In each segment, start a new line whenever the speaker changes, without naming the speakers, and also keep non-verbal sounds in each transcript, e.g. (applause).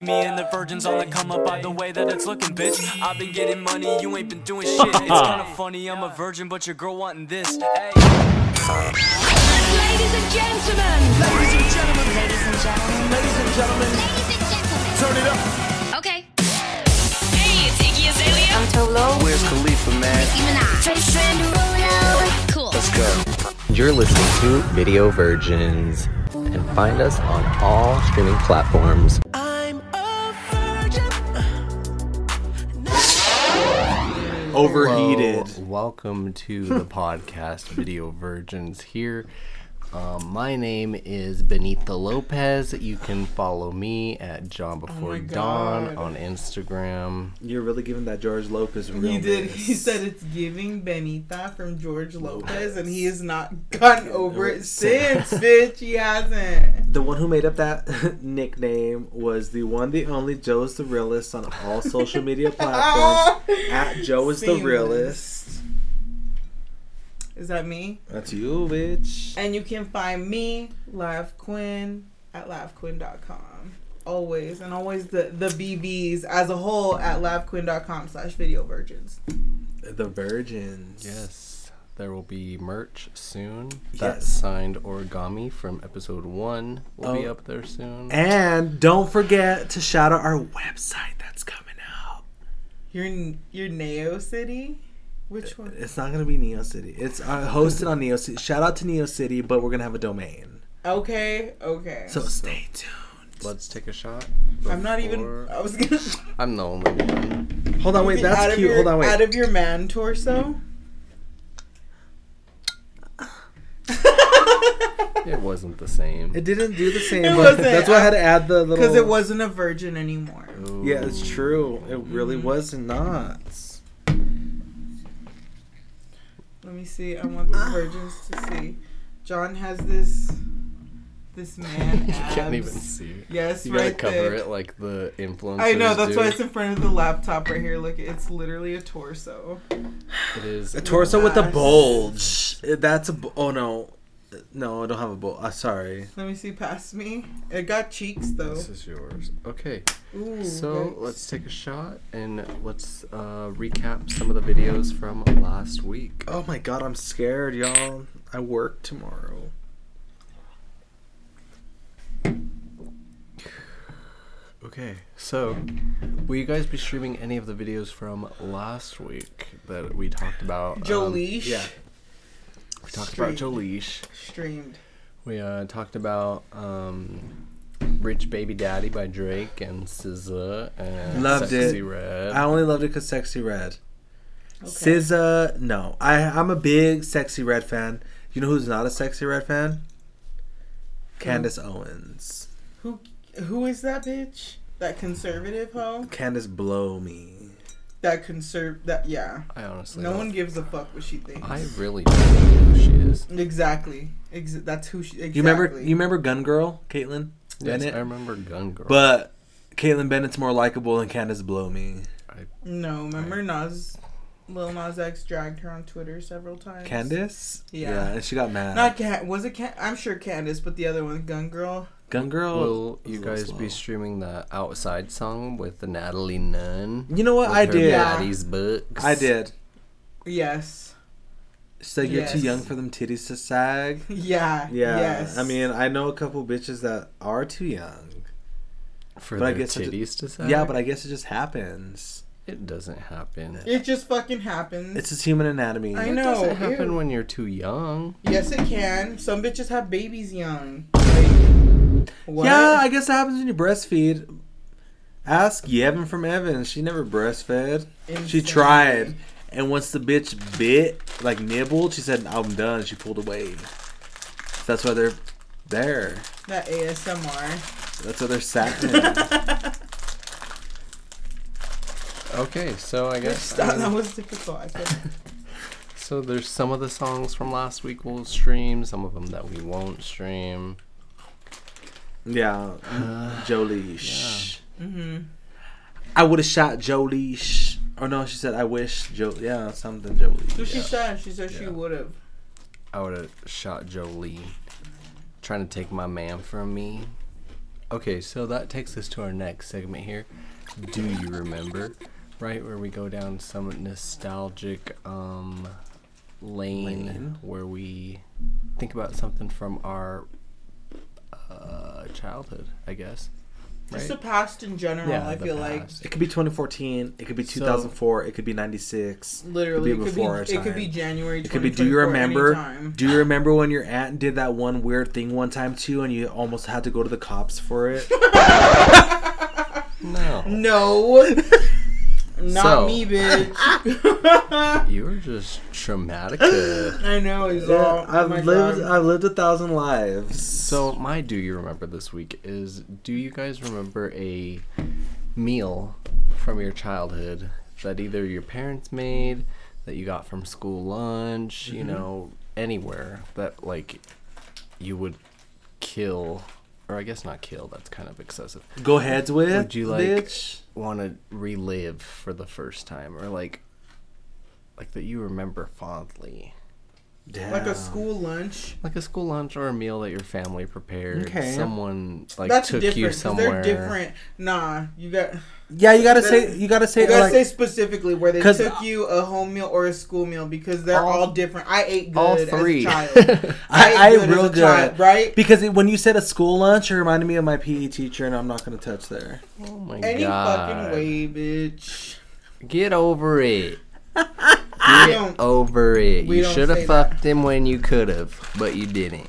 Me and the virgins on the come up by the way that it's looking, bitch. I've been getting money, you ain't been doing shit. It's kinda funny, I'm a virgin, but your girl wanting this. Hey.
Ladies and gentlemen.
Ladies and gentlemen,
Ladies and gentlemen.
ladies and gentlemen,
Ladies and gentlemen.
turn it up.
Okay. Hey, it's Iggy Azalea. I'm Tolo.
Where's Khalifa, man?
Nicki Minaj. Trace Derulo. Cool.
Let's go. You're listening to Video Virgins and find us on all streaming platforms.
I'm a virgin.
Overheated.
Hello, welcome to (laughs) the podcast Video Virgins here. Um, my name is Benita Lopez. You can follow me at
Oh
John Before Dawn on Instagram.
You're really giving that George Lopez real.
He did. He said it's giving Benita from George Lopez, and he has not gotten over it
(laughs)
since, bitch. He hasn't.
The one who made up that (laughs) nickname was the one, the only Joe is the realist on all social
(laughs)
media
Ah!
platforms. at Joe is the
Seamless.
realist.
Is that me?
That's you, bitch.
And you can find me, Live Quinn, at livequinn.com. Always and always the the BBs as a whole at livequinn.com slash video virgins.
The Virgins.
Yes, there will be merch soon. That
Yes.
signed origami from episode one will be
Oh.
up there soon.
And don't forget to shout out our website that's coming out.
Your your Neo City, which one?
It's not gonna be Neo City. It's uh, hosted on Neo City. Shout out to Neo City, but we're gonna have a domain.
Okay, okay.
So stay tuned.
Let's take a shot.
I'm not even.
before-
I was gonna.
I'm the only one.
Hold on, wait. That's
(laughs) out Of
cute.
your,
Hold on, wait.
Out of your man torso.
It wasn't the same.
It didn't do the same.
It
but
wasn't.
That's why I had to add the little.
Because it wasn't a virgin anymore.
Yeah, it's true. It really was not.
Let me see. I want
Ah.
the virgins to see. John has this.
(laughs)
This man.
you can't even
abs.
see it.
Yes,
You gotta
right
cover
there.
it like the influencers.
I know. That's
do.
why it's in front of the laptop right here. Look, it's literally a torso.
It is.
A torso with a
Yes.
bulge. Uh, That's a. bu- Oh no, Uh, no, I don't have a bulge. I'm sorry.
Let me see past me. It got cheeks though.
This is yours. Okay,
Ooh.
so
yikes.
let's take a shot and let's uh, recap some of the videos from last week.
Oh my god, I'm scared, y'all. I work tomorrow.
Okay, so will you guys be streaming any of the videos from last week that we talked about? um,
Jolie
Yeah.
we talked about
Stream.
Joleesh.
streamed.
We uh, talked about um, "Rich Baby Daddy" by Drake and SZA and
Loved it.
Sexy Red.
I only loved it because sexy red.
Okay.
SZA, no. I I'm a big sexy red fan. You know who's not a sexy red fan? Candace Owens.
Who? Who is that bitch? That conservative hoe?
Candace blow me.
That conserve? That yeah.
I honestly
No
don't-
one gives a fuck what she thinks.
I really don't know who she is.
Exactly. Ex- that's who she. Exactly.
You remember you remember Gun Girl, Caitlyn
Yes,
Bennett?
I remember Gun Girl.
But Caitlyn Bennett's more likable than Candace blow me.
No, remember Nas, Lil Nas X dragged her on Twitter several times.
Candace?
Yeah.
and she got mad.
Not Cat. Was it Cat? I'm sure Candace, but the other one, Gun Girl.
Gun Girl.
Will
was
you
a little
guys be
slow.
streaming the outside song with the Natalie Nunn?
You know what? I did.
Yeah.
Daddy's books.
I did.
Yes. (laughs)
So you're too
Yes.
young for them titties to sag.
Yeah.
Yeah.
Yes.
I mean, I know a couple bitches that are too young.
for
But I
their
guess I did-
titties to say.
Yeah, but I guess it just happens.
it doesn't happen.
it just fucking happens.
It's just human anatomy.
I
It
know.
Oh,
doesn't happen
ew.
when you're too young.
yes, it can. Some bitches have babies young. Like, what?
Yeah, I guess it happens when you breastfeed. Ask Yevon from Evan. She never breastfed. She
Insanity.
tried. And once the bitch bit, like nibbled, she said, I'm done. She pulled away. That's why they're there.
That ASMR.
That's why they're satin.
Okay, so I guess I
Stop,
mean,
that was difficult. I couldn't.
so. There's some of the songs from last week we'll stream, some of them that we won't stream.
yeah.
Uh,
Jolie.
Mm-hmm.
I would have shot Jolie. Or no, she said, I wish Joe. (laughs) Yeah, something Jolie.
So she said. She said she
Yeah.
would have.
I would have shot Jolie, trying to take my man from me. Okay, so that takes us to our next segment here. Do you remember? Right where we go down some nostalgic um lane,
Lane.
where we think about something from our uh, childhood, I guess. Right?
Just the past in general, Oh, I
the
feel
past.
It could be 2014. It could be
So-
2004. it could be 96.
like literally
It could be before
it could be,
our
it could be
time.
January.
It could be. Do you remember?
Anytime.
Do you remember when your aunt did that one weird thing one time too, and you almost had to go to the cops for
(laughs)
it?
Oh,
No.
No, (laughs) not
So-
me, bitch.
You were just traumatic. to-
(laughs) I know he's all.
I've
oh my
lived.
God.
I've lived a thousand lives.
so my do you remember this week is do you guys remember a meal from your childhood that either your parents made, that you got from school lunch, you
Mm-hmm.
know, anywhere that like you would kill or I guess not kill, that's kind of excessive.
go heads with.
Would you like-
bitch?
Want to relive for the first time or like like that you remember fondly.
like
Damn.
a school lunch.
Like a school lunch or a meal that your family prepared.
Okay.
Someone like
That's
took
different.
you
'cause
somewhere.
They're different. Nah, you got.
Yeah, you gotta
That-
say. You gotta say.
You gotta
like,
say specifically where they
'Cause-
took you a home meal or a school meal because they're
All-
all, different. I ate good
All three. (laughs)
as a child.
I, I,
ate good as
real
a
good,
child, right?
Because it, when you said a school lunch, it reminded me of my PE teacher, and I'm not gonna touch there.
oh my
Any
god.
fucking way, bitch.
Get over it.
We
Get
don't-
over it.
we
You
don't
should have
say that.
fucked him when you could have, but you didn't.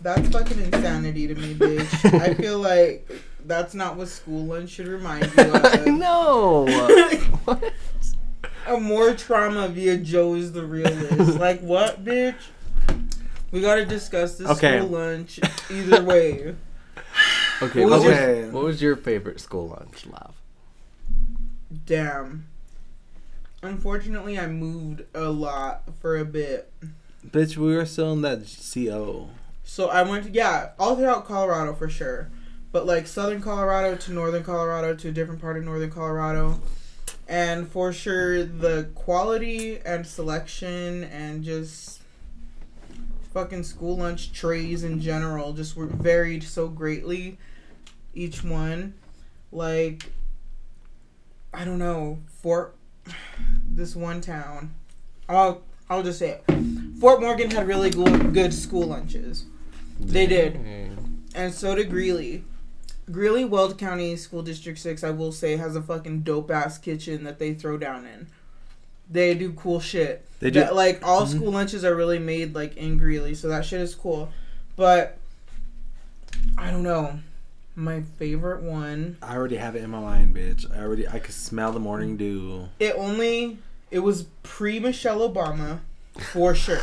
That's fucking insanity to me, bitch. I feel like that's not what school lunch should remind you
(laughs)
of. (laughs)
no. what?
A more trauma via Joe is the realist. like what, bitch? We gotta discuss this
Okay.
school lunch either way.
Okay. What
What was
was,
your-
what was your favorite school lunch, love?
Damn. Unfortunately, I moved a lot for a bit.
Bitch, we were still in that CO.
So I went to, yeah, all throughout Colorado for sure. But like southern Colorado to northern Colorado to a different part of northern Colorado. And for sure, the quality and selection and just fucking school lunch trays in general just were varied so greatly. Each one. Like, I don't know, Fort, this one town. I'll, I'll just say it. Fort Morgan had really good, good school lunches. They did and so did Greeley. Greeley Weld County School District 6, I will say, has a fucking dope ass kitchen that they throw down in. They do cool shit.
They do- Mm-hmm.
That, like all school lunches are really made like in Greeley, so that shit is cool. But I don't know. My favorite one.
I already have it in my mind, bitch. I already. I could smell the morning dew.
It only it was pre Michelle Obama, for sure.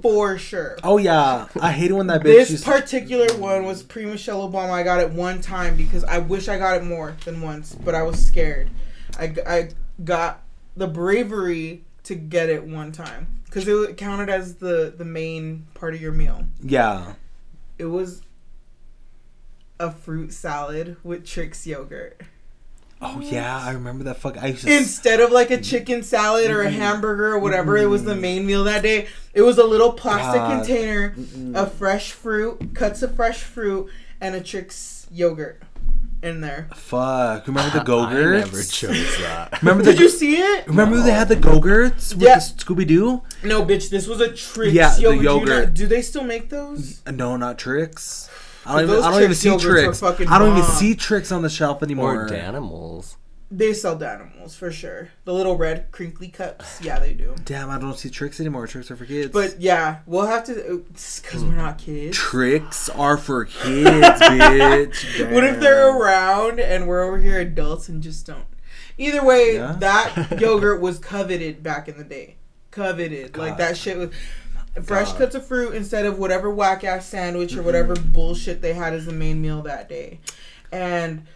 for sure.
Oh yeah, I hated when that bitch.
This
used-
particular one was pre Michelle Obama. I got it one time because I wish I got it more than once, but I was scared. I, g- I got the bravery to get it one time because it counted as the, the main part of your meal.
yeah.
It was a fruit salad with Trix yogurt
Oh yeah, I remember that. Fuck, I used to. s-
instead of like a chicken salad or a hamburger or whatever it was the main meal that day it was a little plastic
God.
container of fresh fruit cuts of fresh fruit and a trix yogurt in there
fuck.
(sighs)
Remember
I
the
never
Go-Gurts?
chose that.
Remember
did you
the.
see it
Remember they had the Go-Gurts with
Yeah.
the Scooby Doo?
no bitch this was a trix
Yeah, the
yogurt, Do you
yogurt.
not- do they still make those
Uh, No, not tricks. I don't
Those
even. I don't even
Trix
see
yogurts are
tricks. I
fucking
don't even
bomb.
see tricks on the shelf anymore.
Or animals.
they sell the animals for sure the little red crinkly cups yeah they do
Damn, I don't see tricks anymore. Tricks are for kids.
but yeah we'll have to because we're not kids
tricks are for
(laughs)
kids, bitch. Damn.
What if they're around and we're over here adults and just don't? Either way,
Yeah.
that yogurt was coveted back in the day. Coveted. Like that shit was fresh cuts of fruit instead of whatever whack ass sandwich or whatever bullshit they had as the main meal that day. And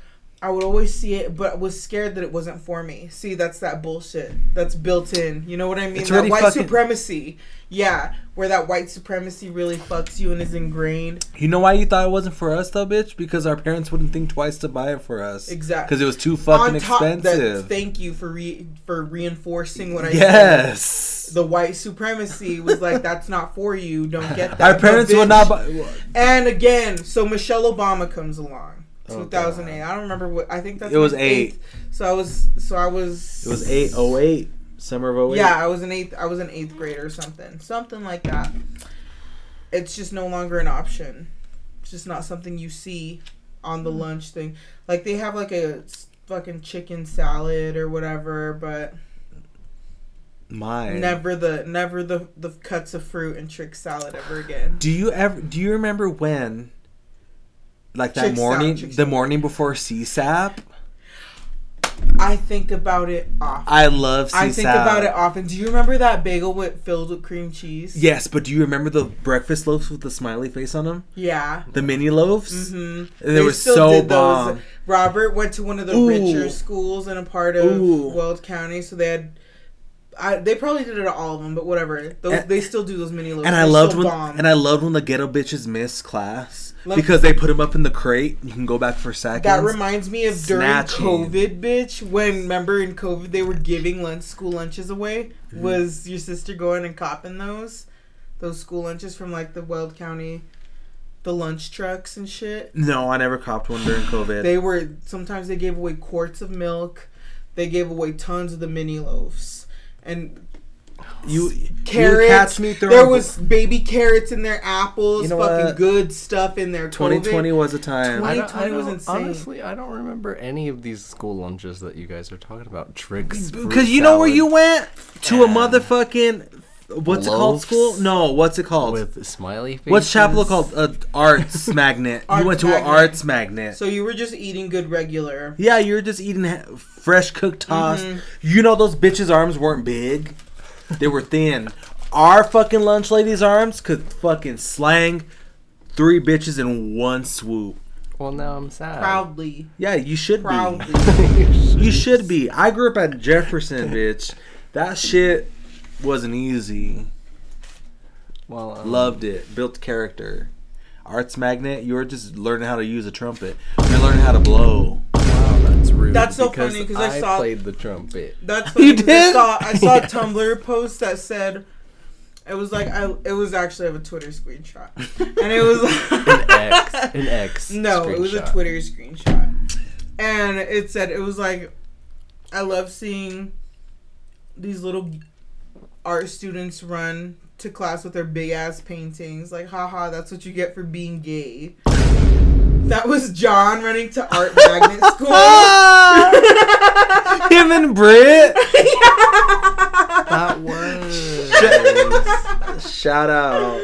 I would always see it, but was scared that it wasn't for me. See, that's that bullshit that's built in. You know what I mean?
It's
that
already
white
fucking-
supremacy. Yeah, where that white supremacy really fucks you and is ingrained.
You know why you thought it wasn't for us though, bitch? Because our parents wouldn't think twice to buy it for us.
Exactly.
Because it was too fucking
that-
expensive.
thank you for re- for reinforcing what I said.
yes.
The white supremacy was like, (laughs) that's not for you. Don't get that.
Our
But
parents
bitch-
would not buy.
And again, so Michelle Obama comes along.
Oh,
2008. I don't remember what. I think that's
It was
my
eight.
eighth. So I was. So I was.
It was eight oh eight, summer of 08.
Yeah, I was an eighth. I was an eighth grader or something. Something like that. It's just no longer an option. It's just not something you see on the lunch thing. Like they have like a s- fucking chicken salad or whatever, but
Mine.
never the never the the cuts of fruit and trick salad ever again.
Do you ever? Do you remember when? Like that
Chick salad,
morning,
chick
the
salad.
morning before CSAP.
I think about it often.
I love CSAP.
I think about it often. Do you remember that bagel with filled with cream cheese?
Yes, but do you remember the breakfast loaves with the smiley face on them?
Yeah.
The mini loaves.
hmm
They, were so bomb.
Robert went to one of the
Ooh.
richer schools in a part of
Ooh.
Weld County, so they had. I, they probably did it to all of them, but whatever. Those,
And-
they still do those mini loaves.
And I
They're
loved
so
when
bomb.
and I loved when the ghetto bitches miss class
Lem-
because they put them up in the crate. You can go back for seconds.
That reminds me of during
Snatching.
COVID, bitch. When remember in COVID they were giving lunch school lunches away.
Mm-hmm.
Was your sister going and copping those, those school lunches from like the Weld County, the lunch trucks and shit?
no, I never copped one during COVID.
They were sometimes they gave away quarts of milk. They gave away tons of the mini loaves and
you
carrots.
You catch me throwing.
there was baby carrots in their apples.
You know
fucking
what?
good stuff in there.
2020
COVID.
was a time.
Twenty-
I don't, I
2020 was
don't-
insane.
honestly, I don't remember any of these school lunches that you guys are talking about. Tricks.
Because you know where you went to a motherfucking what's it called
loaves.
school? No, what's it called?
with smiley faces.
What's Chapel called? Uh,
(laughs)
arts magnet. you
Arts
went to an
magnet.
arts magnet.
So you were just eating good regular.
yeah, you were just eating ha- fresh cooked toss. You know those bitches' arms weren't big; they were thin. Our fucking lunch lady's arms could fucking slang three bitches in one swoop.
Well, now I'm sad.
Proudly,
Yeah, you should
proudly.
be. You should be. I grew up at Jefferson, bitch. That shit wasn't easy.
Well, um,
Loved it. Built character. Arts magnet. You were just learning how to use a trumpet. You're learning how to blow.
Wow, that's rude.
That's so funny, 'cause I saw-
played the trumpet.
That's
(laughs) You
funny 'cause
did?
I saw, I
(laughs)
saw
Yes.
a Tumblr post that said it was like I it was actually I have a
(laughs)
Twitter screenshot. And it was
An
(laughs)
X. An X.
No, it was a
screenshot.
Twitter screenshot. And it said it was like I love seeing these little art students run to class with their big ass paintings. Like, haha, that's what you get for being gay. That was John running to
(laughs)
art magnet school. Oh,
Ah! (laughs) Him and
(laughs)
Brit.
That was.
Shout out.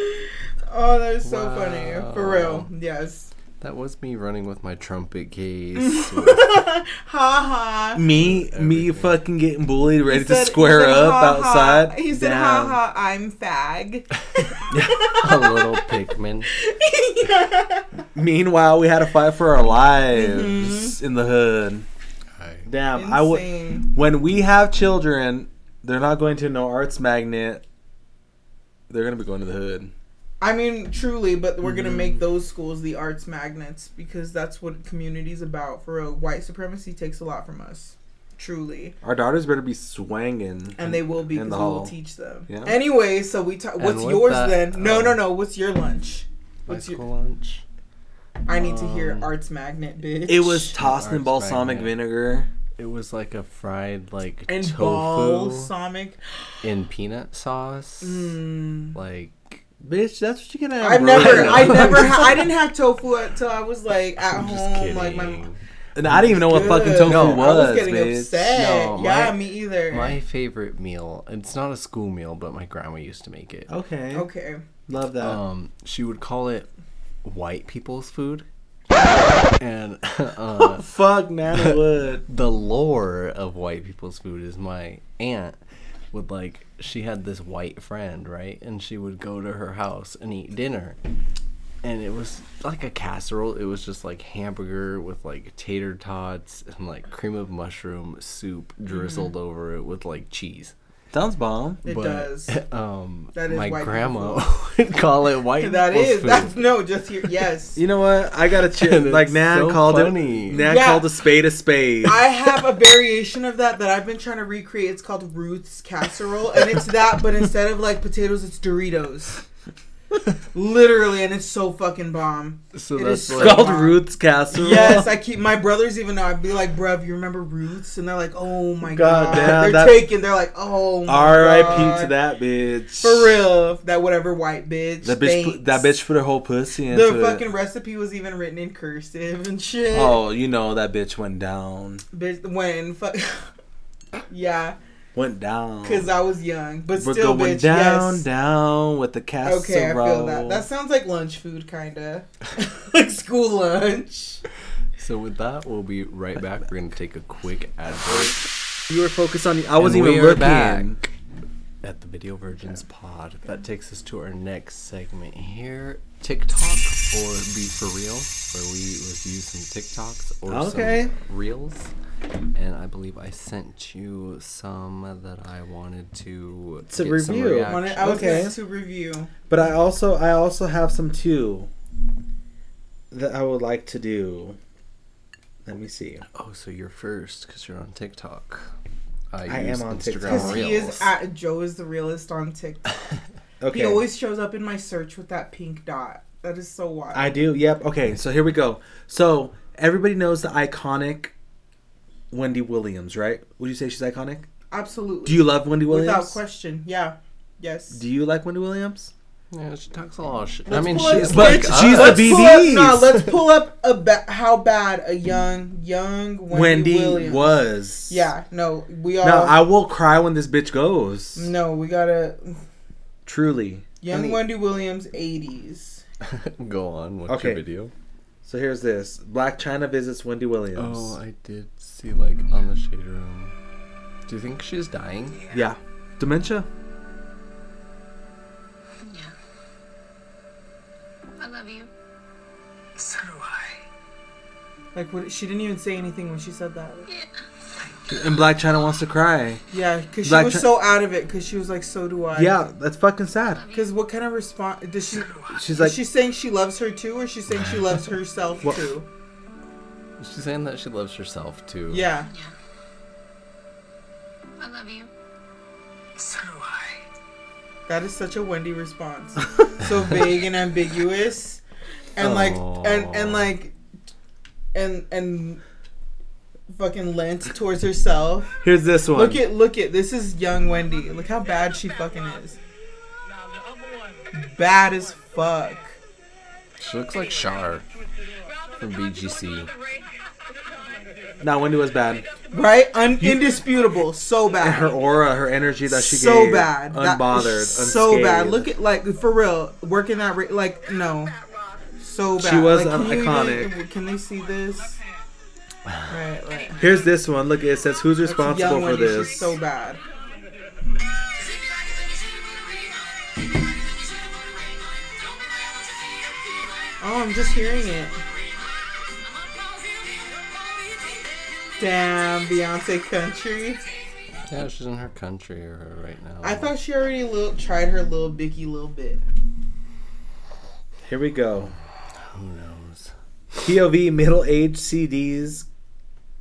Oh, that is so
Wow.
funny. For real. Yes.
that was me running with my trumpet case.
(laughs) ha ha.
Me, me fucking getting bullied, ready
He said-
to square
he said,
up
"Ha, ha."
outside.
He said,
Damn.
ha ha, I'm fag. (laughs)
a little Pikmin.
Meanwhile, we had to fight for our lives in the hood.
I,
Damn, I would.
Mm-hmm. Insane.
When we have children, they're not going to no arts magnet. They're gonna be going to the hood.
I mean, truly, but we're going to
Mm-hmm.
make those schools the arts magnets because that's what community's about. For real, white supremacy takes a lot from us. Truly.
Our daughters better be swanging.
And they will be
In
because
the
we
hall.
will teach them.
Yeah.
Anyway, so we ta- what's
with
yours
that,
then? no,
um,
no, no. What's your lunch?
my
What's your-
school lunch.
I need to hear
um,
arts magnet, bitch.
It was tossed in
Arts
balsamic
magnet.
vinegar.
It was like a fried like
and
tofu
balsamic.
in peanut sauce.
Mm.
Like
Bitch, that's what you can have.
I've
bro.
never, I
know. (laughs)
never, ha- I didn't have tofu until I was like at
I'm just
home,
kidding.
Oh, like my.
And I didn't even know what fucking
Good.
tofu
No, I
was.
I was getting
bitch.
upset.
No,
yeah,
my-
me either.
My favorite meal. It's not a school meal, but my grandma used to make it.
Okay.
okay,
Love that.
Um, she would call it white people's
(laughs)
food. and (laughs) uh,
Fuck (laughs) Nana Wood.
the lore of white people's food is my aunt would like she had this white friend, right? And she would go to her house and eat dinner. and it was like a casserole. It was just like hamburger with like tater tots and like cream of mushroom soup
Mm-hmm.
drizzled over it with like cheese.
Sounds bomb.
It
But,
(laughs)
does.
Um,
That is
my
white
grandma
people
(laughs) would call it white.
(laughs) That
people's
is.
food.
That's no. Just here. Yes.
You know what? I (laughs) got a
And
chip.
it's
Like Nan
so
called
funny.
it. Nan
Yeah.
called a spade a spade.
I have a variation of that that I've been trying to recreate. It's called Ruth's casserole, and it's that, but instead of like potatoes, it's Doritos. Literally, and it's so fucking bomb.
so
it
that's
is
like
(laughs)
so-
called Ruth's casserole. (laughs)
Yes, I keep my brothers even know. I'd be like, "Bruv, you remember Ruth's?" And they're like, "Oh my
God
god,
damn,
they're
that-
taken." They're like, "Oh, my
R.I.P.
God."
to that bitch.
For real, that whatever white bitch.
That bitch.
thanks.
Put, that bitch put her whole pussy into
The
it.
fucking recipe was even written in cursive and shit.
Oh, you know that bitch went down.
Bitch, when fuck. (laughs) yeah,
Went down.
because I was young, but
We're
still,
going
bitch.
down,
yes.
down with the casserole.
Okay, I feel that. That sounds like lunch food, kinda. (laughs) like school lunch.
(laughs) So with that, we'll be right back. We're gonna take a quick advert
you were focused on. I wasn't
And
even
we are
looking.
back. at the Video Virgins Pod. That takes us to our next segment here: TikTok or Be for Real, where we review some TikToks or
Okay.
some reels. And I believe I sent you some that I wanted to
To
get some
review.
reaction-
On it, I was
Okay.
going to review.
But I also I also have some too that I would like to do. Let me see.
Oh, so you're first because you're on TikTok.
I am on TikTok.
Because he
Reels.
is at Joe is the realist on TikTok.
Okay.
He always shows up in my search with that pink dot. That is so wild.
I do. Yep. Okay. So here we go. So everybody knows the iconic Wendy Williams, right? Would you say she's iconic?
Absolutely.
Do you love Wendy Williams?
Without question. Yeah. Yes.
Do you like Wendy Williams?
Yeah, she talks a lot of shit. I mean,
pull it-
she's
but
like
she's
us.
the B- E.
Pull up,
BBs.
nah, let's pull up a ba- how bad a young, young Wendy,
Wendy,
Williams.
was.
Yeah, no, we all.
Now I will cry when this bitch goes.
no, we gotta.
Truly.
Young
Any-
Wendy Williams, 80s.
(laughs) Go on. What's
Okay.
your video?
So here's this. Black China visits Wendy Williams.
Oh, I did see like on the shade room. Do you think she's dying?
yeah. Dementia.
Yeah. I love you. So do I.
Like, what, she didn't even say anything when she said that.
And Black China wants to cry.
Yeah, because she
Black
was
Chi-
so out of it, because she was like, so do I.
Yeah, that's fucking sad.
Because what kind of response. Does she.
She's like,
Like, is she saying she loves her too, or is she saying
(laughs)
she loves herself
What-
too?
She's saying that she loves herself too.
Yeah.
I love you. So do I.
That is such a
(laughs)
Wendy response. so vague and ambiguous. And like and and like and and fucking lent towards herself.
here's this one.
Look at look at this is young Wendy. Look how bad she fucking is. Bad as fuck.
She looks like Char from BGC.
Now Wendy was bad.
Right? Un- indisputable. So bad.
And her aura, her energy that she
so
gave,
bad. That
unbothered,
is So bad.
unscathed.
Look at like for real working that ra- like no, so bad.
She was,
like,
um,
you
iconic.
even- can they see this? Right, right.
Here's this one. Look, it says who's responsible
Young
for
Wendy,
this.
she's so bad. Oh, I'm just hearing it. Damn, Beyonce country.
Yeah, she's in her country or right now.
I thought she already little, tried her little bicky little bit.
Here we go.
Who knows?
POV middle-aged CDs,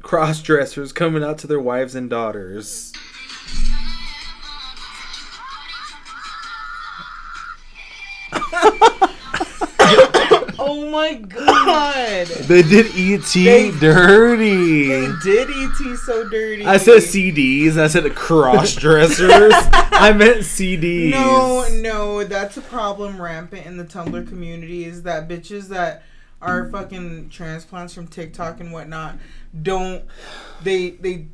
cross-dressers coming out to their wives and daughters.
Oh
(laughs)
my god!
They did ET
They-
dirty.
Did ET so dirty?
I said CDs. I said
(laughs)
cross-dressers. I meant CDs.
No, no, that's a problem rampant in the Tumblr community is that bitches that are fucking transplants from TikTok and whatnot don't they they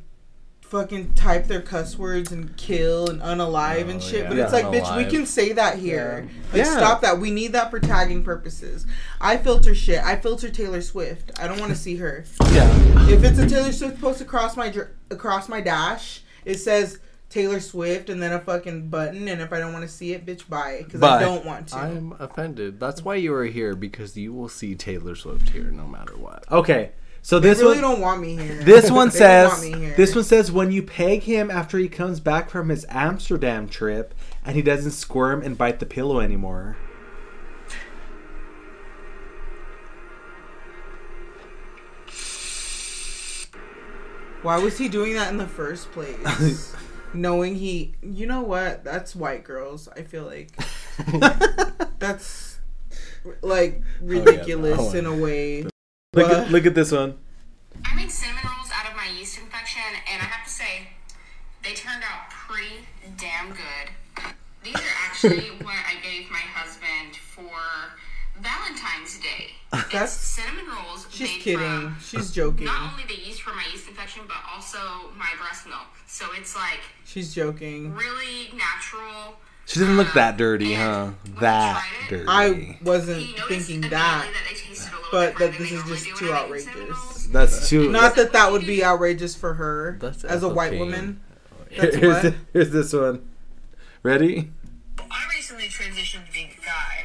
fucking type their cuss words and kill and unalive and
Oh,
shit.
yeah.
But it's
Yeah.
like bitch, we
Unalive.
can say that here. Like
Yeah.
stop that. We need that for tagging purposes. I filter shit. I filter Taylor Swift. I don't wanna see her.
Yeah.
If it's a Taylor Swift post across my dr- across my dash, it says Taylor Swift and then a fucking button. And if I don't want to see it, bitch, buy it because
Buy.
I don't want to.
I'm offended. That's why you are here because you will see Taylor Swift here no matter what.
Okay, so
they
this one.
really don't want me here.
This one
(laughs) They don't
says
want me here.
this one says when you peg him after he comes back from his Amsterdam trip and he doesn't squirm and bite the pillow anymore.
Why was he doing that in the first
(laughs)
place? Knowing he, you know what? That's white girls. I
(laughs)
feel like that's
Oh,
like ridiculous in a way.
Look at,
What?
look at this one.
I made cinnamon rolls out of my yeast infection, and I have to say, they turned out pretty damn good. These are
(laughs)
actually what I gave my husband for Valentine's Day. It's
(laughs) That's
cinnamon rolls
she's
made
kidding.
from
She's joking.
not only the yeast from my yeast infection, but also my breast milk. So it's like
She's joking.
really natural. Um,
She doesn't look that dirty, huh? That dirty.
I wasn't
You notice
thinking
immediately
that.
they tasted a little
but
different
that
than
this
they
is
normally
just
do
too
when I make cinnamon
outrageous.
rolls.
That's too.
Not that that would be outrageous for her
That's
as a white
effing-
woman.
Here-
That's
(laughs) here's,
what?
th- here's this one.
(laughs)
Ready?
I recently transitioned to being guy,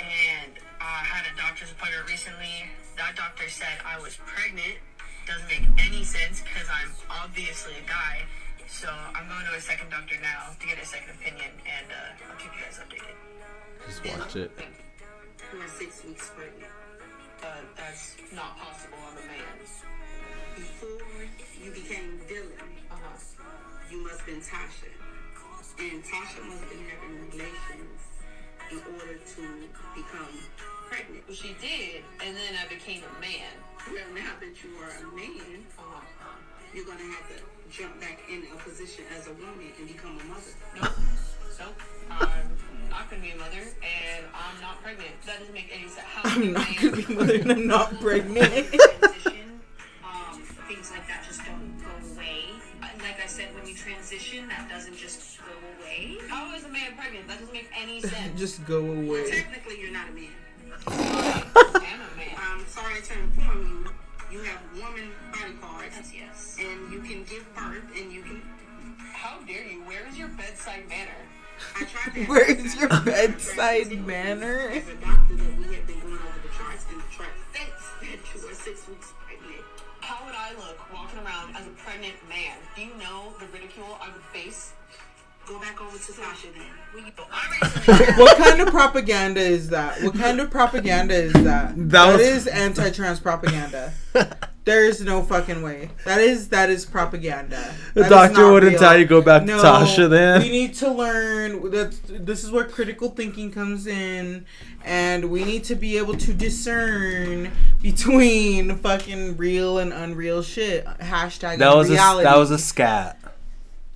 and I had a doctor's appointment recently. That doctor said I was pregnant. Doesn't make any sense because I'm obviously a guy. So I'm going to a second doctor now to get a second opinion, and uh, I'll keep you guys updated.
Just watch it.
I'm six weeks pregnant. Uh, that's not possible. I'm a man. Before you became Dylan, you must have been Tasha. And Tasha must have been having relations in order to become pregnant. Well, she did, and then I became a man. Uh-huh. Well, now that you are a man, you're going to have to jump back in a position as a woman and become a mother. So, I'm not gonna be a mother, and I'm not pregnant. That doesn't make any sense. How
I'm not gonna be mother and I'm not pregnant.
(laughs) transition, um, things like that just don't go away. Uh, Like I said, when you transition, that doesn't just go away. How is a man pregnant? That doesn't make
(laughs)
any sense.
(laughs) Just go away.
Technically, you're not a
(laughs)
man. I'm sorry to inform you, you have woman body parts, yes, and you can give birth, and you can. How dare you? Where is your bedside manner? I
(laughs)
tried to.
Where is your bedside manner?
As a doctor that we have been going over the charts and the chart states that you are six weeks pregnant. How would I look walking around as a pregnant man? Do you know the ridicule I would face? Go back over to Tasha then. Will
(laughs)
you?
What kind of propaganda is that? What kind of propaganda is that? that
was-
is anti-trans propaganda. There is no fucking way. That is that is propaganda.
The
That is
doctor
not
wouldn't
real.
tell you go back to Tasha
We
then.
need to learn that this is where critical thinking comes in, and we need to be able to discern between fucking real and unreal shit. Hashtag
That was a,
reality.
that was a scat. (laughs)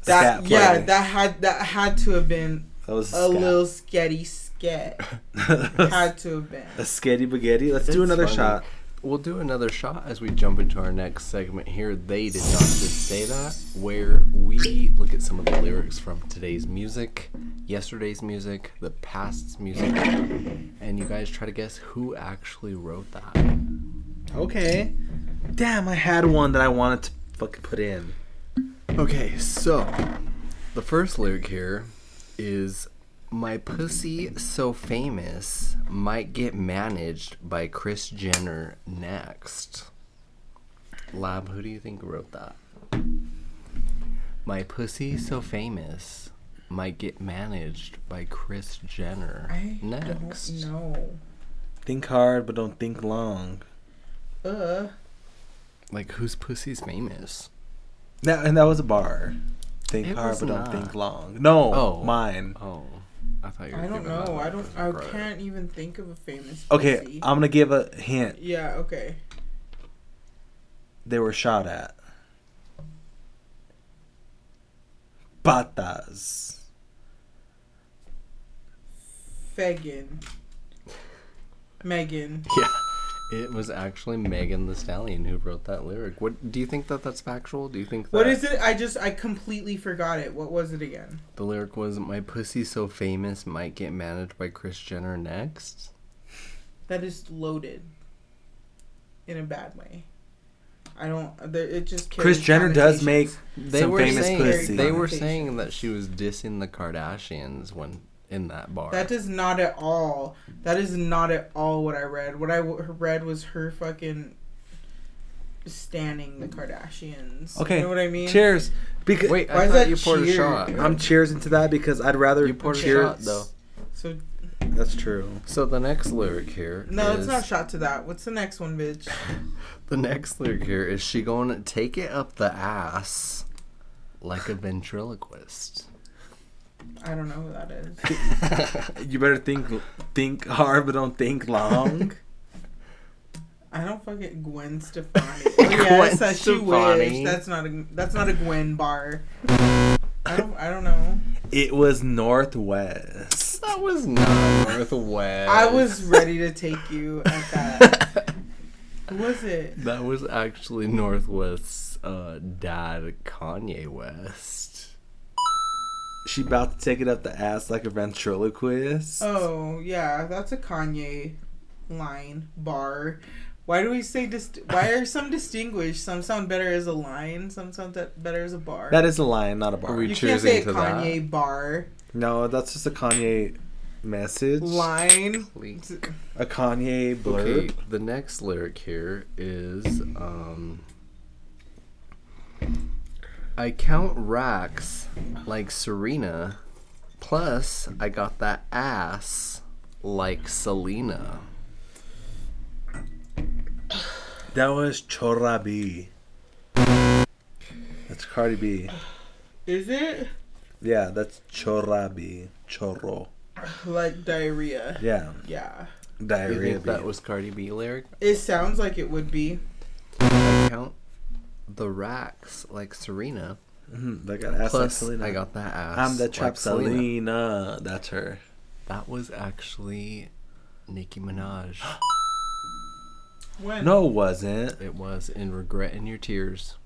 That-
scat
yeah.
play.
That had that had to have been
That was a,
a
scat.
little sketty scat.
(laughs)
had to have been.
a sketty baguetti. Let's do
It's
another
funny.
shot.
We'll do another shot as we jump into our next segment here. They did not just say that, where we look at some of the lyrics from today's music, yesterday's music, the past's music, and you guys try to guess who actually wrote that.
Okay. Damn, I had one that I wanted to fucking put in.
Okay, so the first lyric here is My pussy so famous might get managed by Chris Jenner next. Lab, who do you think wrote that? My pussy so famous might get managed by Chris Jenner
I
next.
No.
Think hard, but don't think long.
Uh.
Like whose pussy's famous?
That and that was a bar. Think
It
hard,
was
but
not.
don't think long. No,
Oh.
mine.
Oh, I thought you were
I don't
giving that
know.
one
I
to
don't. I
Brett.
can't even think of a famous.
Okay, um,
pussy.
I'm gonna give a hint.
yeah. Okay.
They were shot at. Batas.
Fagin. Megan.
(laughs)
Yeah. It was actually Megan the Stallion who wrote that lyric. What do you think that that's factual? Do you think that
What is it? I just. I completely forgot it. What was it again?
the lyric was "My pussy so famous might get managed by Chris Jenner next"?
That is loaded. In a bad way. I don't. there- It just
Chris
carries
Jenner does make
connotations.
They
some
were
famous
saying
pussy.
they were
Connotations.
saying that she was dissing the Kardashians when in that bar.
That is not at all. That is not at all what I read. What I w- read was her fucking standing the Kardashians.
okay.
You know what I mean?
Cheers. Because
Wait,
Why
I
is
thought
that
you poured
cheer?
a shot.
I'm cheers into that because I'd rather
You poured
cheer-
a shot though.
So
That's true.
So the next lyric here
no, it's
is-
not a shot to that. What's the next one, bitch?
the next lyric here is she gonna take it up the ass like a ventriloquist.
I don't know who that is.
You better think think hard, but don't
(laughs)
think long.
I don't fucking Gwen Stefani. Oh,
(laughs)
yeah,
Gwen
Gwen that's she
Stefani.
wish. That's not a that's not a Gwen bar. I don't I don't know.
it was Northwest.
That was not Northwest.
I was
(laughs)
ready to take you at that. Who was it?
That was actually Northwest's uh, dad, Kanye West.
She about to take it up the ass like a ventriloquist.
Oh yeah, that's a Kanye line bar. Why do we say dist- Why are some distinguished? Some sound better as a line. Some sound that better as a bar.
That is a line, not a bar.
Are we
you
choosing
can't say a
to that?
Kanye bar
No, that's just a Kanye message.
line.
A Kanye blurb.
Okay, the next lyric here is um, I count racks like Serena, plus I got that ass like Selena.
That was Chora B. That's Cardi B.
Is it
Yeah, that's Chora B. Chorro.
like diarrhea?
Yeah,
Yeah.
You
diarrhea
think
B.
that was Cardi B lyric?
It sounds like it would be.
I count the racks like Serena,
Mhm, I got ass like
plus
Selena.
I got that ass.
I'm the
like
trap Selena. That's her.
That was actually Nicki Minaj.
When?
No, it wasn't.
It was in Regret in Your Tears.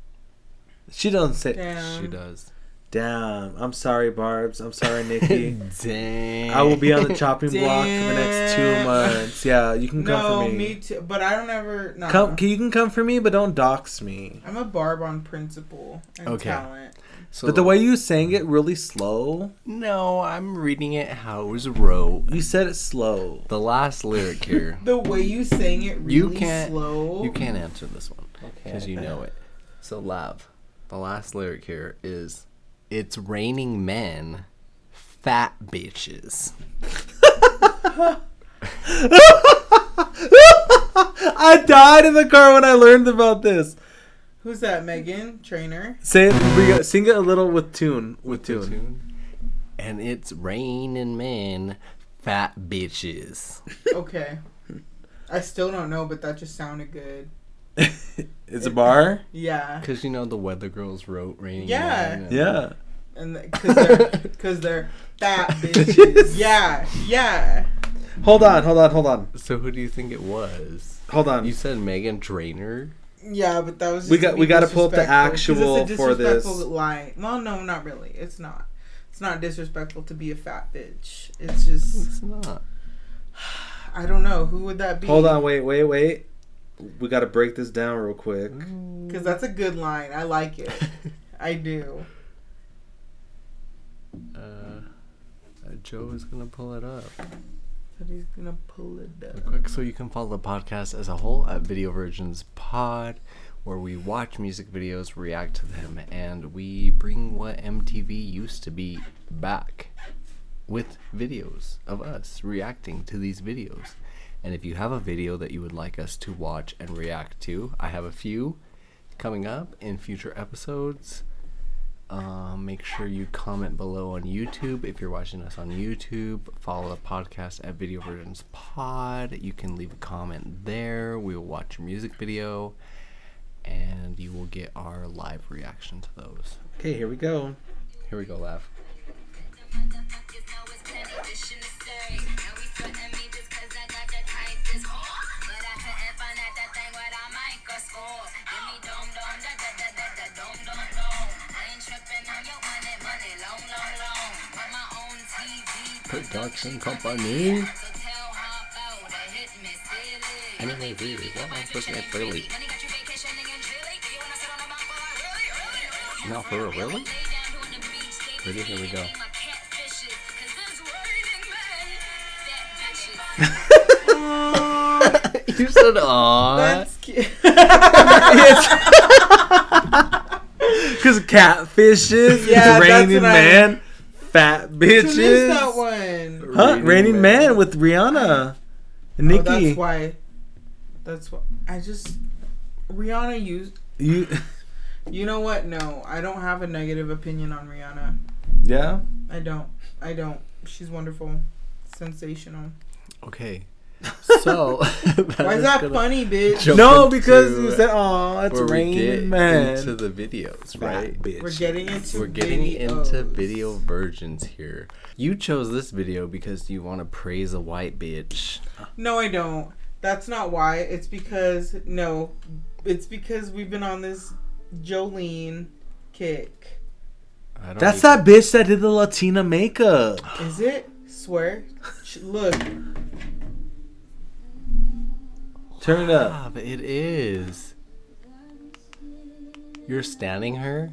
She doesn't say.
Damn.
She
(laughs)
does.
Damn. I'm sorry, Barb's. I'm sorry,
(laughs)
Nikki.
Dang.
I will be on the chopping block for the next two
Damn.
months. Yeah, you can come
No,
for
me.
me.
too. But I don't ever. No.
Come, you can come for me, but don't dox me.
I'm a barb on principle and
Okay.
talent.
So
But the way you sang it really slow,
No, I'm reading it how it was wrote.
you said it slow.
The last lyric here.
The way you sang it (laughs) really
You can't-
slow.
you can't answer this one because you know it. So, love. The last lyric here is, "It's raining men, fat bitches."
I died in the car when I learned about this.
Who's that? Megan Trainer.
Say it. We got, sing it a little with tune. With tune.
And it's raining men, fat bitches.
Okay. I still don't know, but that just sounded good.
It's a bar.
Yeah.
Because you know the weather girls wrote raining.
Yeah.
Men and-
Yeah.
And because they're
(laughs)
because they're fat bitches. Yeah. Yeah.
Hold on. Hold on. Hold on.
So who do you think it was?
Hold on.
You said Megan Trainer.
Yeah, but that was. Just
We got-
to
we
be
gotta pull up the
disrespectful, 'cause
actual for this.
disrespectful Line. Well, no, not really. It's not. It's not disrespectful to be a fat bitch. It's just
It's not.
I don't know who would that be.
Hold on, wait, wait, wait. We got to break this down real quick.
Mm.
because that's a good line. I
(laughs)
like it. I do.
Uh, Joe is gonna pull it up
But he's gonna pull it up.
quick, so you can follow the podcast as a whole at Video Virgins Pod, where we watch music videos, react to them, and we bring what MTV used to be back with videos of us reacting to these videos. And if you have a video that you would like us to watch and react to, I have a few coming up in future episodes. Um, make sure you comment below on YouTube if you're watching us on YouTube. Follow the podcast at Video Virgins Pod. You can leave a comment there. We will watch your music video, and you will get our live reaction to those.
Okay, here we go.
Here we go, laugh. Production company. Anyway, really, what am I supposed to make really?
Money got you vacationing and chilling.
Not for real, really?
Ready? Here we go.
(laughs) you said aw.
(laughs)
That's cute.
Because
(laughs)
catfishes,
Yeah, that's
raining
what I- (laughs)
man, fat
Who's that
bitches.
one?
Huh? Raining man. with Rihanna, and
Oh,
Nikki.
that's why. That's why. I just Rihanna used.
(laughs)
you, (laughs)
You know what? No, I don't have a negative opinion on Rihanna.
yeah.
I don't. I don't. She's wonderful, sensational. (laughs)
Okay. So (laughs)
Why is that funny, bitch?
jump
No,
into
because you said, "Oh, it's
where we get
raining man."
into the videos, right?
We're getting into
We're getting into
videos.
video virgins here. You chose this video because you want to praise a white bitch.
No, I don't. That's not why. It's because no, it's because we've been on this Jolene kick.
I don't
That's
even-
that bitch that did the Latina makeup.
Is it? Swear. Sh- Look,
Turn it up.
Ah, but it is. You're standing her.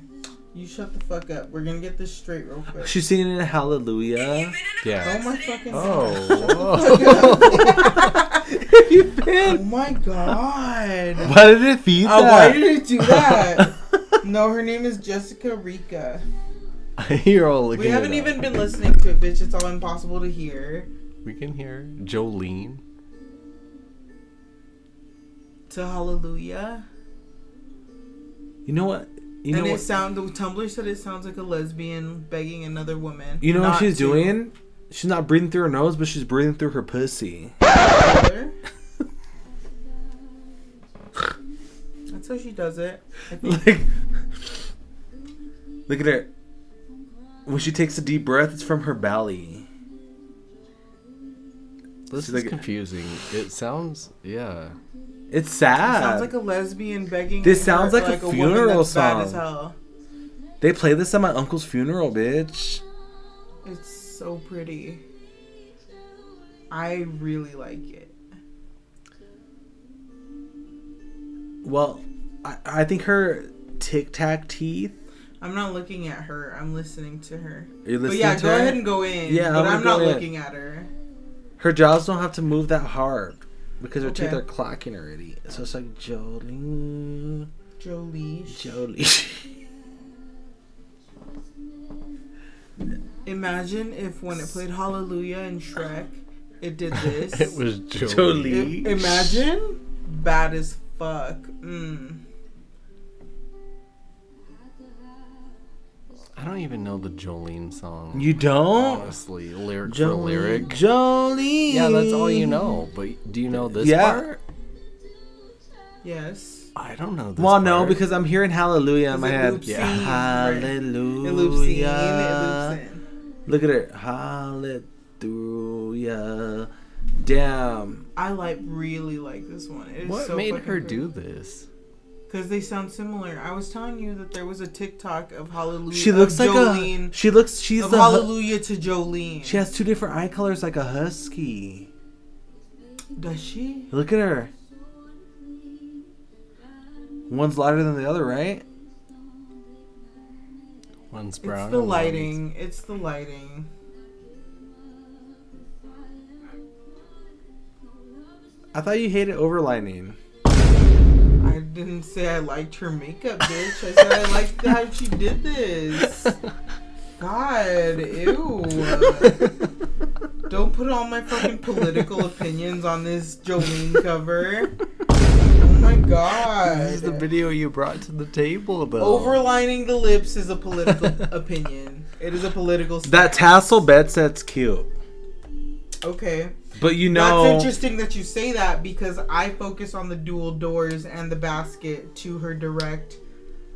you shut the fuck up. We're gonna get this straight real quick.
She's singing Hallelujah.
Oh
Yeah.
my fucking
Oh.
(laughs) Oh my god.
(laughs) Why did it feed
Oh,
Uh, why
that?
did it do that? (laughs) no, her name is Jessica Rica.
(laughs)
You're all looking.
We haven't
it up.
even been listening to it, bitch. It's all impossible to hear.
We can hear Jolene.
To Hallelujah.
you know what? You know
and it
what?
sound the Tumblr said it sounds like a lesbian begging another woman.
You know what
not
she's
to-
doing? She's not breathing through her nose, but she's breathing through her pussy.
That's how she does it. I think
Like, look at her. When she takes a deep breath, it's from her belly.
This
She's
is
like-
confusing. It sounds, yeah.
It's sad.
sounds like a lesbian begging.
This
her-
sounds like a
woman
funeral
that's bad as
song.
hell.
they play this at my uncle's funeral, bitch.
It's so pretty. I really like it.
Well, I, I think her tic tac teeth.
I'm not looking at her. I'm listening to her.
Are you
But
listening
yeah,
to
go
it?
ahead and go in.
Yeah,
Yeah,
I'm
but
gonna
I'm
go
not
in.
looking at her.
Her jaws don't have to move that hard because her teeth
Okay.
are clocking already. So it's like Jolene,
Jolie.
Jolene.
Imagine if when it played Hallelujah and Shrek,
(laughs)
it did this.
It was Jolene.
Jolene.
I- imagine bad as fuck. Mm.
I don't even know the Jolene song.
(laughs) You don't?
honestly, lyric for
Jolene,
lyric.
Jolene.
Yeah, that's all you know. But do you know this
Yeah.
part?
Yes.
I don't know this
Well, no,
part.
because I'm hearing hallelujah in
Does
my
it
head.
loop scene? Yeah. Right.
Hallelujah.
It loops in. It loops in.
Look at her. Hallelujah. Damn.
I like really like this one. It is
what
so
made her do this?
Because they sound similar. I was telling you that there was a TikTok of Hallelujah.
She looks like
Jolene,
a. She looks. She's
of
the. hu-
Hallelujah to Jolene.
She has two different eye colors, like a husky.
Does she?
Look at her. One's lighter than the other, right?
One's brown.
It's the
and one's-
lighting. It's the lighting.
I thought you hated
(laughs)
overlining.
I didn't say I liked her makeup, bitch. I said I liked how she did this. God, ew. Don't put all my fucking political opinions on this Jolene cover. Oh my
This is the
god.
video you brought to the table, though.
Overlining the lips is
(laughs)
a political opinion. It is a political. St-
That tassel bed set's cute,
okay.
but you
That's
know,
interesting that you say that because I focus on the dual doors and the basket to her direct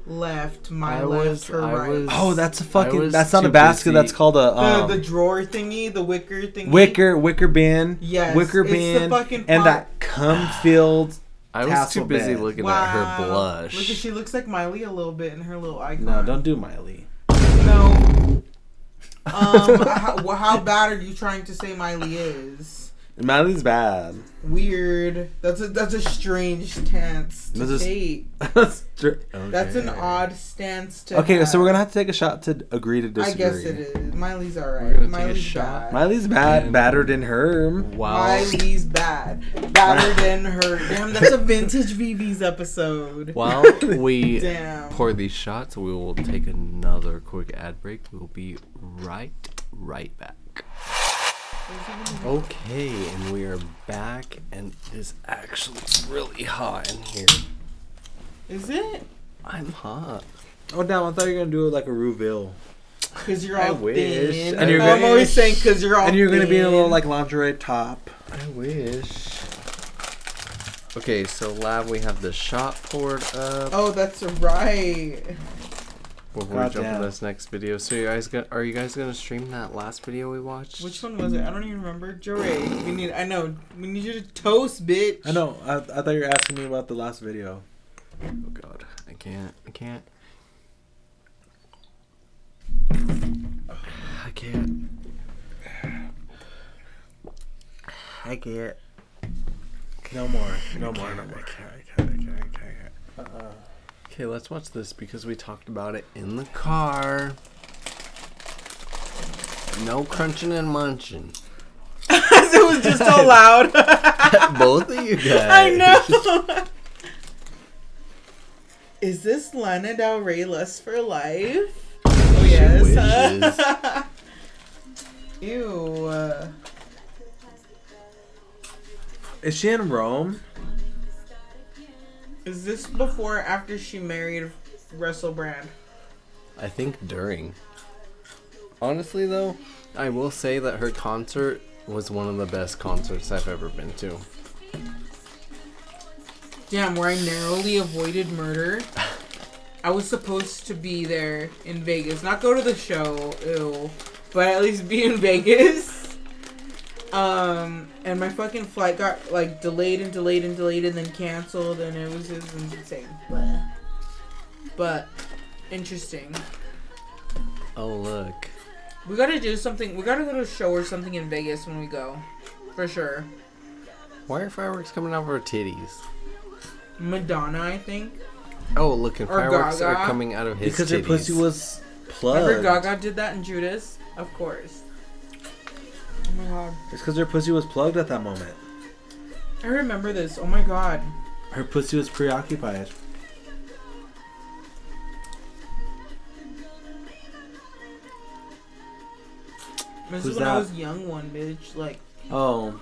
left, my
I
left,
was-
her
I
right.
was-
oh, that's a
I
fucking.
was
That's not a
too
basket.
busy.
That's called a
the,
um,
the drawer thingy, the wicker thingy.
wicker wicker bin.
Yes,
wicker
it's the
bin,
fucking
and
pot-
that cum filled.
I was too
tassel
busy
bed.
looking
Wow.
at her blush.
Look, at- she looks like Miley a little bit in her little icon.
No, don't do Miley. (laughs)
No. Um, how, well, how bad are you trying to say Miley is?
Miley's bad. (laughs)
Weird. That's a that's a strange stance to
This is-
take.
That's true.
That's an odd stance to.
Okay,
have.
so we're gonna have to take a shot to agree to
I
disagree.
guess it is. Miley's
We're
alright.
gonna take a
Miley's
shot.
bad.
Miley's bad, battered in her.
Wow.
Miley's bad. Badder than her. Damn, that's a vintage VV's
(laughs)
episode.
While we
Damn.
pour these shots, we will take another quick ad break. We'll be right, right back. Okay, and we are back, and it is actually really hot in here.
Is it?
I'm hot.
Oh damn! I thought you were gonna do like a reveal,
Because you're
I
all
wish.
thin.
And
And
you're
you're
gonna-
I'm always saying because you're all
and you're gonna be in a little
thin.
like lingerie top.
I wish. Okay, so lab, we have the shot poured up.
Oh, that's right.
Before we jump
Goddamn.
into this next video, so you guys, go- are you guys gonna stream that last video we watched?
Which one was it? I don't even remember. Joey, we need. I know. We need you to toast, bitch. (laughs)
I know. I, I thought you were asking me about the last video.
Oh god, I can't, I can't. (sighs) I can't.
I can't. No more. No more. No more.
Okay, let's watch this because we talked about it in the car. No crunching and munching.
it was
(laughs)
just so loud. (laughs)
Both of you guys.
I know. Is this Lana Del Rey Lust for Life? Oh yes. huh? Ew. uh,
Is she in Rome?
Is this before or after she married Russell Brand?
I think during. Honestly, though, I will say that her concert was one of the best concerts I've ever been to.
Damn, where I narrowly avoided murder. I was supposed to be there in Vegas, not go to the show, ew, but at least be in (laughs) Vegas. Um, and my fucking flight got like delayed and delayed and delayed and then canceled, and it was just insane. But interesting.
Oh, look.
We gotta do something. We gotta go to a show or something in Vegas when we go, for sure.
Why are fireworks coming out of her titties?
Madonna, I think.
Oh, look, and
Or
fireworks are
Gaga.
coming out of his
Because
titties.
her pussy was
Remember
plugged.
Gaga did that in Judas? Of course. Oh my god.
It's because her pussy was plugged at that moment.
I remember this. Oh my god.
Her pussy was preoccupied.
This
Who's
is when
that?
I was young one, bitch. Like
Oh,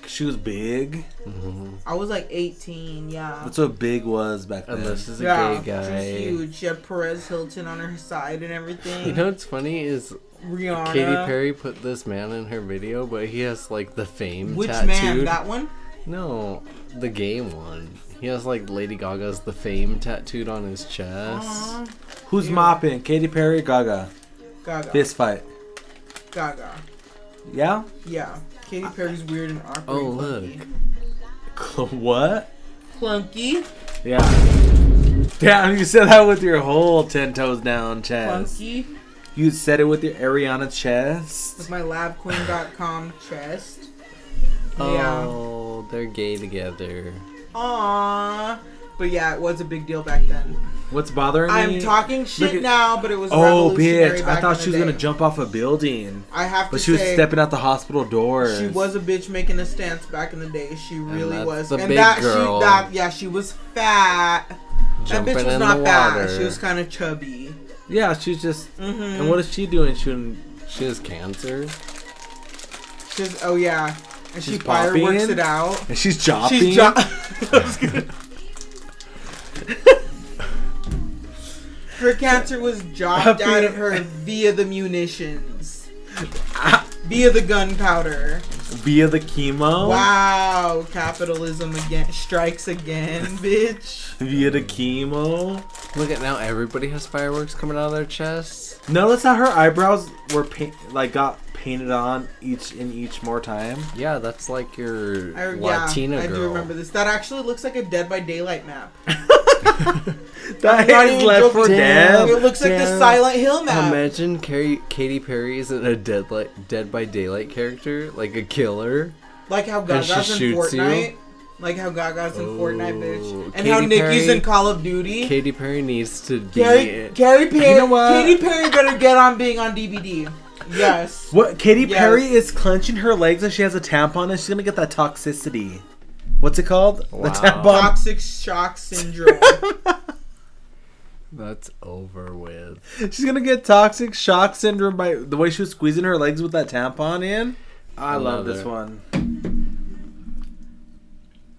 'cause she was big.
I was like 18, yeah.
That's what big was back then.
And this is a
yeah,
gay
She's
guy.
huge. She had Perez Hilton on her side and everything.
You know what's funny is
Rihanna.
Katy Perry put this man in her video, but he has like the fame
Which
tattooed.
man? That one?
No, the gay one. He has like Lady Gaga's the fame tattooed on his chest.
Aw,
Who's mopping? Katy Perry, Gaga.
Gaga.
Fist fight.
Gaga.
(laughs)
Yeah.
Yeah. Katy Perry's weird and awkward.
Uh, Oh,
and
look.
what?
Clunky.
Yeah. Damn, you said that with your whole ten toes down chest.
Clunky. Clunky.
You said it with your Ariana chest.
With my labqueen.com chest. Yeah.
Oh, they're gay together.
Aww. But yeah, it was a big deal back then.
What's bothering me?
I'm talking shit
at-
now, but it was
Oh,
revolutionary
bitch!
Back
I thought
in
she was
the
gonna
day.
jump off a building,
I have to
but she was
say,
stepping out the hospital door.
She was a bitch making a stance back in the day. She really
that's
was.
the
and
big
that
girl.
she that yeah, she was fat.
Jumping
that bitch was
in
not
the
fat.
water.
She was kind of chubby.
Yeah, she's just.
Mm-hmm.
And what is she doing? Shooting
She has cancer.
She's oh yeah, and she
She's popping?
fireworks it out.
And she's jopping. (laughs)
She's jo- her cancer was jobbed out of her via the munitions, via the gunpowder.
via the chemo.
Wow, capitalism again
(laughs)
strikes again, bitch.
Via the chemo.
Look at now, everybody has fireworks coming out of their chests.
Notice how her eyebrows were paint like got painted on each in each more time.
Yeah, that's like your
I,
Latina
yeah,
girl.
I do remember this. That actually looks like a Dead by Daylight map.
(laughs) That
Not
is
even
left
joking.
for dead.
It looks like the
Damn.
Silent Hill map.
Imagine Carrie, Katy Perry isn't a dead, li- dead by daylight character, like a killer.
Like how
And she
Gaga's in
shoots you?
Fortnite. Like how Gaga's in Fortnite,
Oh,
bitch. And
Katy
how Nikki's
Perry-
in Call of Duty.
Katy Perry needs to be.
Gary, Gary Perry,
You know what?
Katy Perry better get on being on DVD. Yes.
What Katy
Yes.
Perry is clenching her legs and she has a tampon and she's gonna get that toxicity. What's it called? The
Wow.
tampon.
Toxic shock syndrome.
That's over with.
She's gonna get toxic shock syndrome by the way she was squeezing her legs with that tampon in. I love
Another.
this one.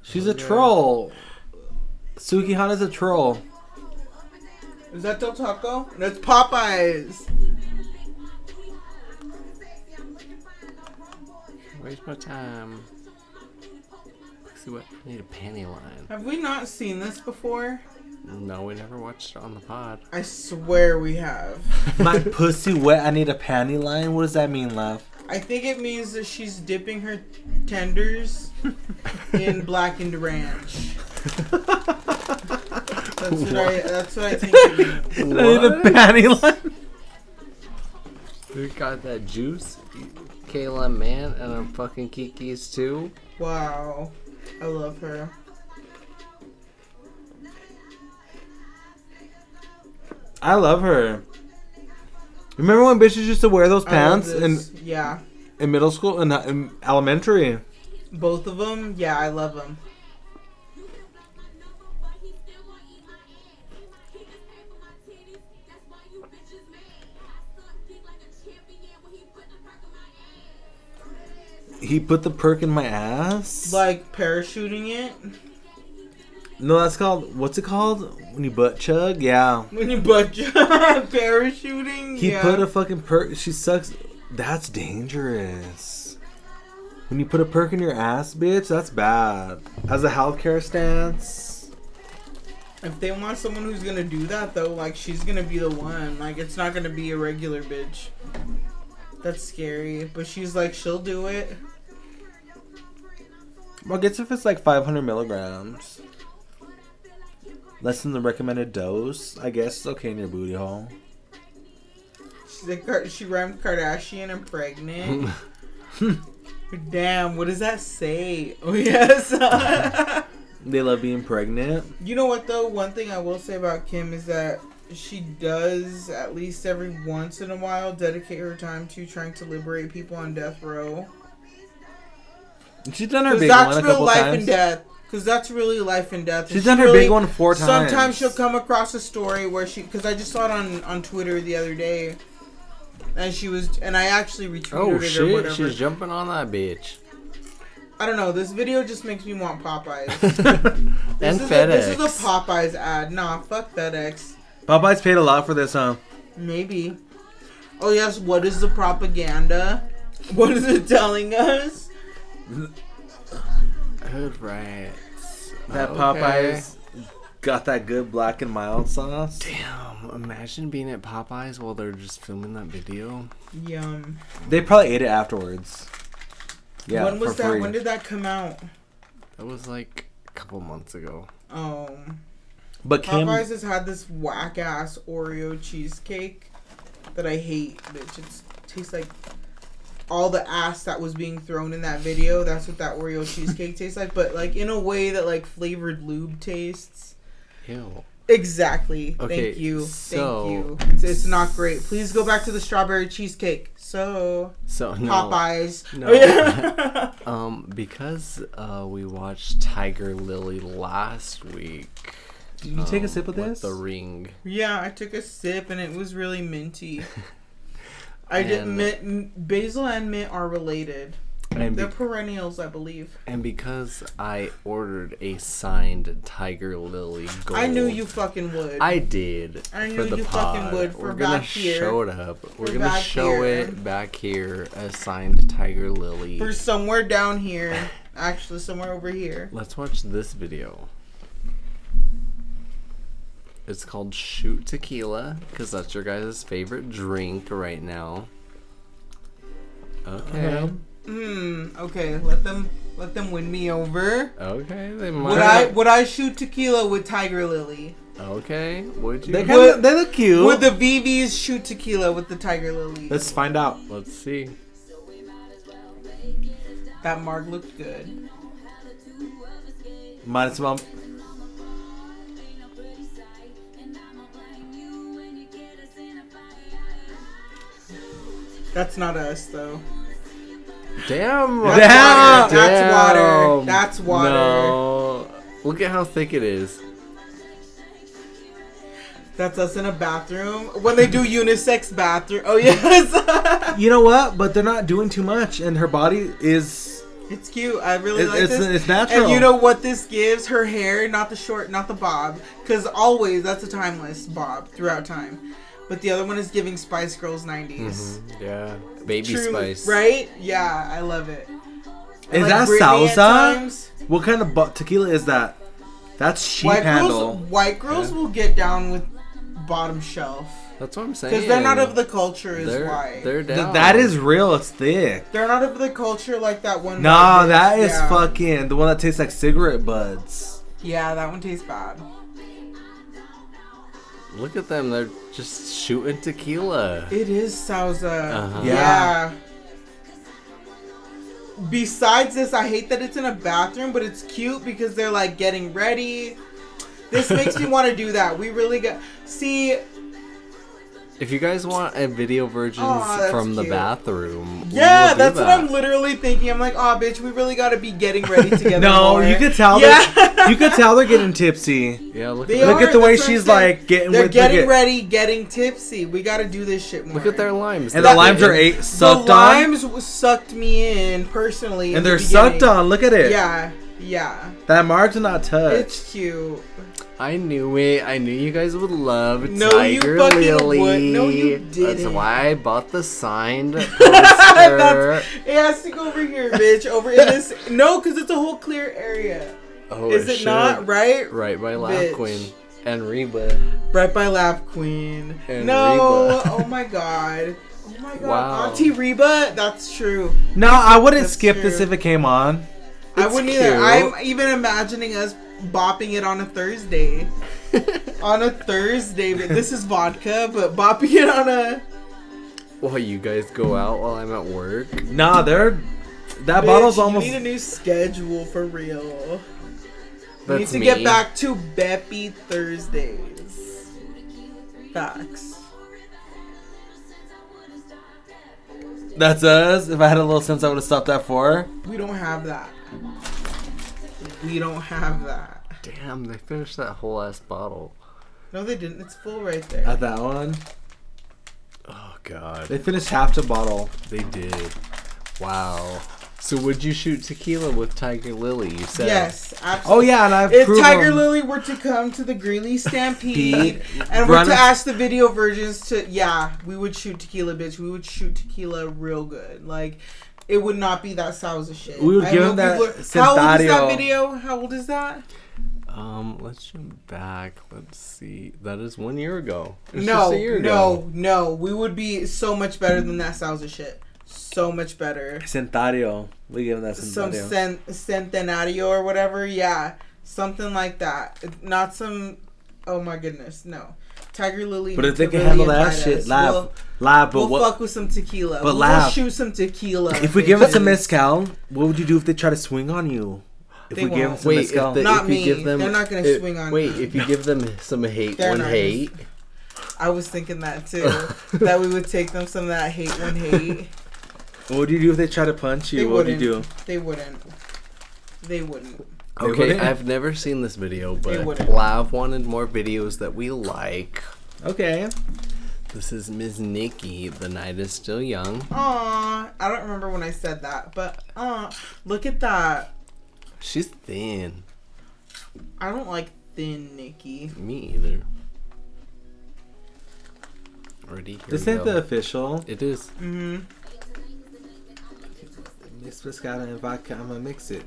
She's a troll. Sukihana's a troll.
Is that Del Taco? That's Popeyes.
Waste my time. See what? I need a panty line.
Have we not seen this before?
No, we never watched it on the pod.
I swear we have.
(laughs) My pussy wet. I need a panty line. What does that mean, love?
I think it means that she's dipping her tenders in blackened ranch. That's what, I, that's what I think. It means.
I need a panty line.
We got that juice, Kayla Man, and I'm fucking Kiki's too.
Wow, I love her.
(laughs) I love her. Remember when bitches used to wear those
I love
pants in,
this. yeah,
in middle school and in, in elementary?
both of them. Yeah, I love them.
He put the perk in my ass.
Like parachuting it
no, that's called what's it called when you butt chug? Yeah,
when you butt (laughs) parachuting.
he
yeah.
put a fucking perk. She sucks. That's dangerous. When you put a perk in your ass, bitch, that's bad. As a healthcare stance,
If they want someone who's gonna do that though, like she's gonna be the one. Like it's not gonna be a regular bitch. That's scary. But she's like, she'll do it.
well, gets if it's like 500 milligrams, less than the recommended dose. I guess it's okay in your booty hole.
She's like, Kar- she rhymed Kardashian
(laughs)
and pregnant. Damn, what does that say? (laughs) Oh
(laughs)
yes.
They love being pregnant.
you know what though? One thing I will say about Kim is that she does at least every once in a while dedicate her time to trying to liberate people on death row.
She's done her
Because
big
that's
one a
real
couple
life
times.
and death. Because that's really life and death.
She's
And
done
she
her
really-
big one four times.
Sometimes she'll come across a story where she, because I just saw it on on Twitter the other day, and she was, and I actually retweeted
Oh
it or
shit,
whatever.
she's jumping on that bitch.
I don't know. This video just makes me want
(laughs)
Popeyes. this,
and
is
FedEx.
A, this is a Popeyes ad. Nah, fuck FedEx.
Popeye's paid a lot for this, huh?
Maybe. Oh yes, what is the propaganda? (laughs) What is it telling us?
Hood rats.
That
Okay.
Popeyes got that good black and mild sauce.
Damn, imagine being at Popeyes while they're just filming that video.
Yum.
They probably ate it afterwards. Yeah,
when was
for
that?
free.
When did that come out?
That was like a couple months ago.
Oh.
but Kim,
Popeyes has had this whack ass Oreo cheesecake that I hate, bitch. It tastes like all the ass that was being thrown in that video. That's what that Oreo cheesecake tastes like, but like in a way that like flavored lube tastes.
Ew.
Exactly.
Okay,
Thank you.
so-
Thank you. It's, it's not great. Please go back to the strawberry cheesecake. So
So no.
Popeyes. (laughs)
No. (laughs) um, because uh, we watched Tiger Lily last week.
did you take a sip of
with
this?
The ring.
Yeah, I took a sip and it was
(laughs)
really minty. I did.
And-
Mint, m- basil and mint are related.
And,
They're
be-
perennials, I believe.
and because I ordered a signed Tiger Lily gold.
I knew you fucking would.
I did.
I
for
knew
the
you
pod.
fucking would.
We're
We're
gonna
back here.
show it up. We're,
We're
gonna
back
show
here.
it back here. A signed Tiger Lily.
For somewhere
(laughs)
down here, actually, somewhere over here.
Let's watch this video. It's called Shoot Tequila because that's your guys' favorite drink right now. Okay.
Hmm. Okay, let them let them win me over.
Okay. They might.
Would I would I shoot tequila with Tiger Lily?
Okay. Would you?
they, kinda, they look cute.
Would the VVs shoot tequila with the Tiger Lily?
Let's find out.
Let's see.
That marg looked good.
Minus mom.
That's not us though.
Damn. Damn.
That's water. That's water. That's water.
No. Look at how thick it
(laughs)
is.
That's us in a bathroom when they do unisex bathroom. Oh (laughs) yes,
You know what? But they're not doing too much, and her body is.
it's cute. I really
It-
like
it's-
this.
it's natural.
And you know what this gives? Her hair, not the short, not the bob, because always that's a timeless bob throughout time. But the other one is giving Spice Girls
Mm-hmm.
'90s.
Yeah. Baby
True,
spice.
right? Yeah, I love it. I
Is
like
that
Britney at
salsa?
times.
What kind of bu- tequila is that? That's sheep
White
handle.
girls, white girls will get down with bottom shelf
That's what I'm saying.
because they're not of the culture. Is
They're,
why
they're
Th-
down.
that is real. It's thick.
They're not of the culture like that one.
Nah,
white bitch.
that is
yeah.
fucking the one that tastes like cigarette buds.
Yeah, that one tastes bad.
Look at them. They're just shooting tequila.
It is salsa.
Uh-huh.
Yeah.
Yeah. Besides this, I hate that it's in a bathroom, but it's cute because they're like getting ready.
(laughs)
This makes me want to do that. We really got see.
If you guys want a video versions
Aw, Oh, that's
from the
cute.
bathroom, we'll
Yeah,
do
that's
that.
what I'm literally thinking. I'm like, oh, bitch, we really got to be
(laughs)
getting ready together.
No,
more."
you could tell.
Yeah.
They're, you could tell they're
(laughs)
getting tipsy.
Yeah, look
They
at
Look
are,
at the way
that's what I'm
she's,
saying.
like, getting
They're
with the
getting
get-
ready, getting tipsy. We got to do this shit more.
Look at their limes.
And
They're
the limes
big.
are eight
the
sucked on,
limes w- sucked me in personally, in
and
the
they're sucked
beginning.
on. Look at it.
Yeah, yeah,
That marg's not touched.
it's cute.
I knew it. I knew you guys would love
No, you
Tiger
fucking
Lily.
would- no, you
That's
didn't.
why I bought the
(laughs)
signed poster.
It has to go over here, bitch. Over
(laughs)
in this. No, because it's a whole clear area.
oh,
Is it
should.
not right?
Right by Laugh
Bitch.
Queen and Reba.
Right by Lap Queen.
And
no.
Reba.
Oh my god. Oh my god.
Wow.
Auntie Reba. That's true.
No, I wouldn't
That's
skip this
true.
if it came on.
I
It's
wouldn't either.
cute.
I'm even imagining us bopping it on a Thursday. on a Thursday, but this is vodka, but bopping it on a.
Well, you guys go out while I'm at work.
Nah, they're that
Bitch,
bottle's
you
almost.
need a new schedule for real. We need
That's
to get
me.
back to Beppy Thursdays. Facts.
That's us. If I had a little sense, I would have stopped at four.
We don't have that. We don't have that.
Damn, they finished that whole ass bottle.
No, they didn't. It's full right
At
there.
that one,
Oh god,
they finished half the bottle.
they did. Wow. So would you shoot tequila with Tiger Lily? You said
Yes, absolutely.
Oh yeah, and I've
If
proved
Tiger
them.
Lily were to come to
(laughs)
the Greeley Stampede
Pete,
and were
run
to
us-
ask the video virgins to, yeah, we would shoot tequila, bitch. We would shoot tequila real good. Like, it would not be that salsa shit.
We would
I
give
know
them that
people are- How old is that
Sentario.
video? How old is that?
Um, let's jump back. Let's see. That is one year ago. It's
No,
just a year ago.
no, no. We would be so much better than that salsa shit. So much better.
Centario. We give them that
Some
Centario.
cen- centenario or whatever. Yeah, something like that. Not some. Oh my goodness, no. Tiger Lily.
but if
to
they can
really
handle that
invite
shit,
us,
live,
we'll,
live. But
we'll
what?
fuck with some tequila.
but
we'll
laugh.
shoot some tequila.
If we give them some
bitches.
mezcal, what would you do if they try to swing on you? If
They
we give them
won't.
some
Wait, if,
mezcal,
the,
Not
if you
me.
give them,
They're not gonna
if-
swing on
Wait,
me.
if you give them some hate,
They're
one
not.
hate.
I was thinking
(laughs)
that too. that we would take them some of that hate one hate.
what would you do if they try to punch
They
you? What would you
wouldn't.
do?
They wouldn't. They wouldn't.
They
Okay,
wouldn't?
I've never seen this video, but
wouldn't.
Lav wanted more videos that we like.
Okay.
This is Ms. Nikki. The night is still young.
Aw, I don't remember when I said that, but uh, look at that.
She's thin.
I don't like thin Nikki.
Me either. Already here
This
we
ain't
go.
the official.
It
(laughs)
is.
hmm
Mix mezcal and vodka. I'm gonna mix it.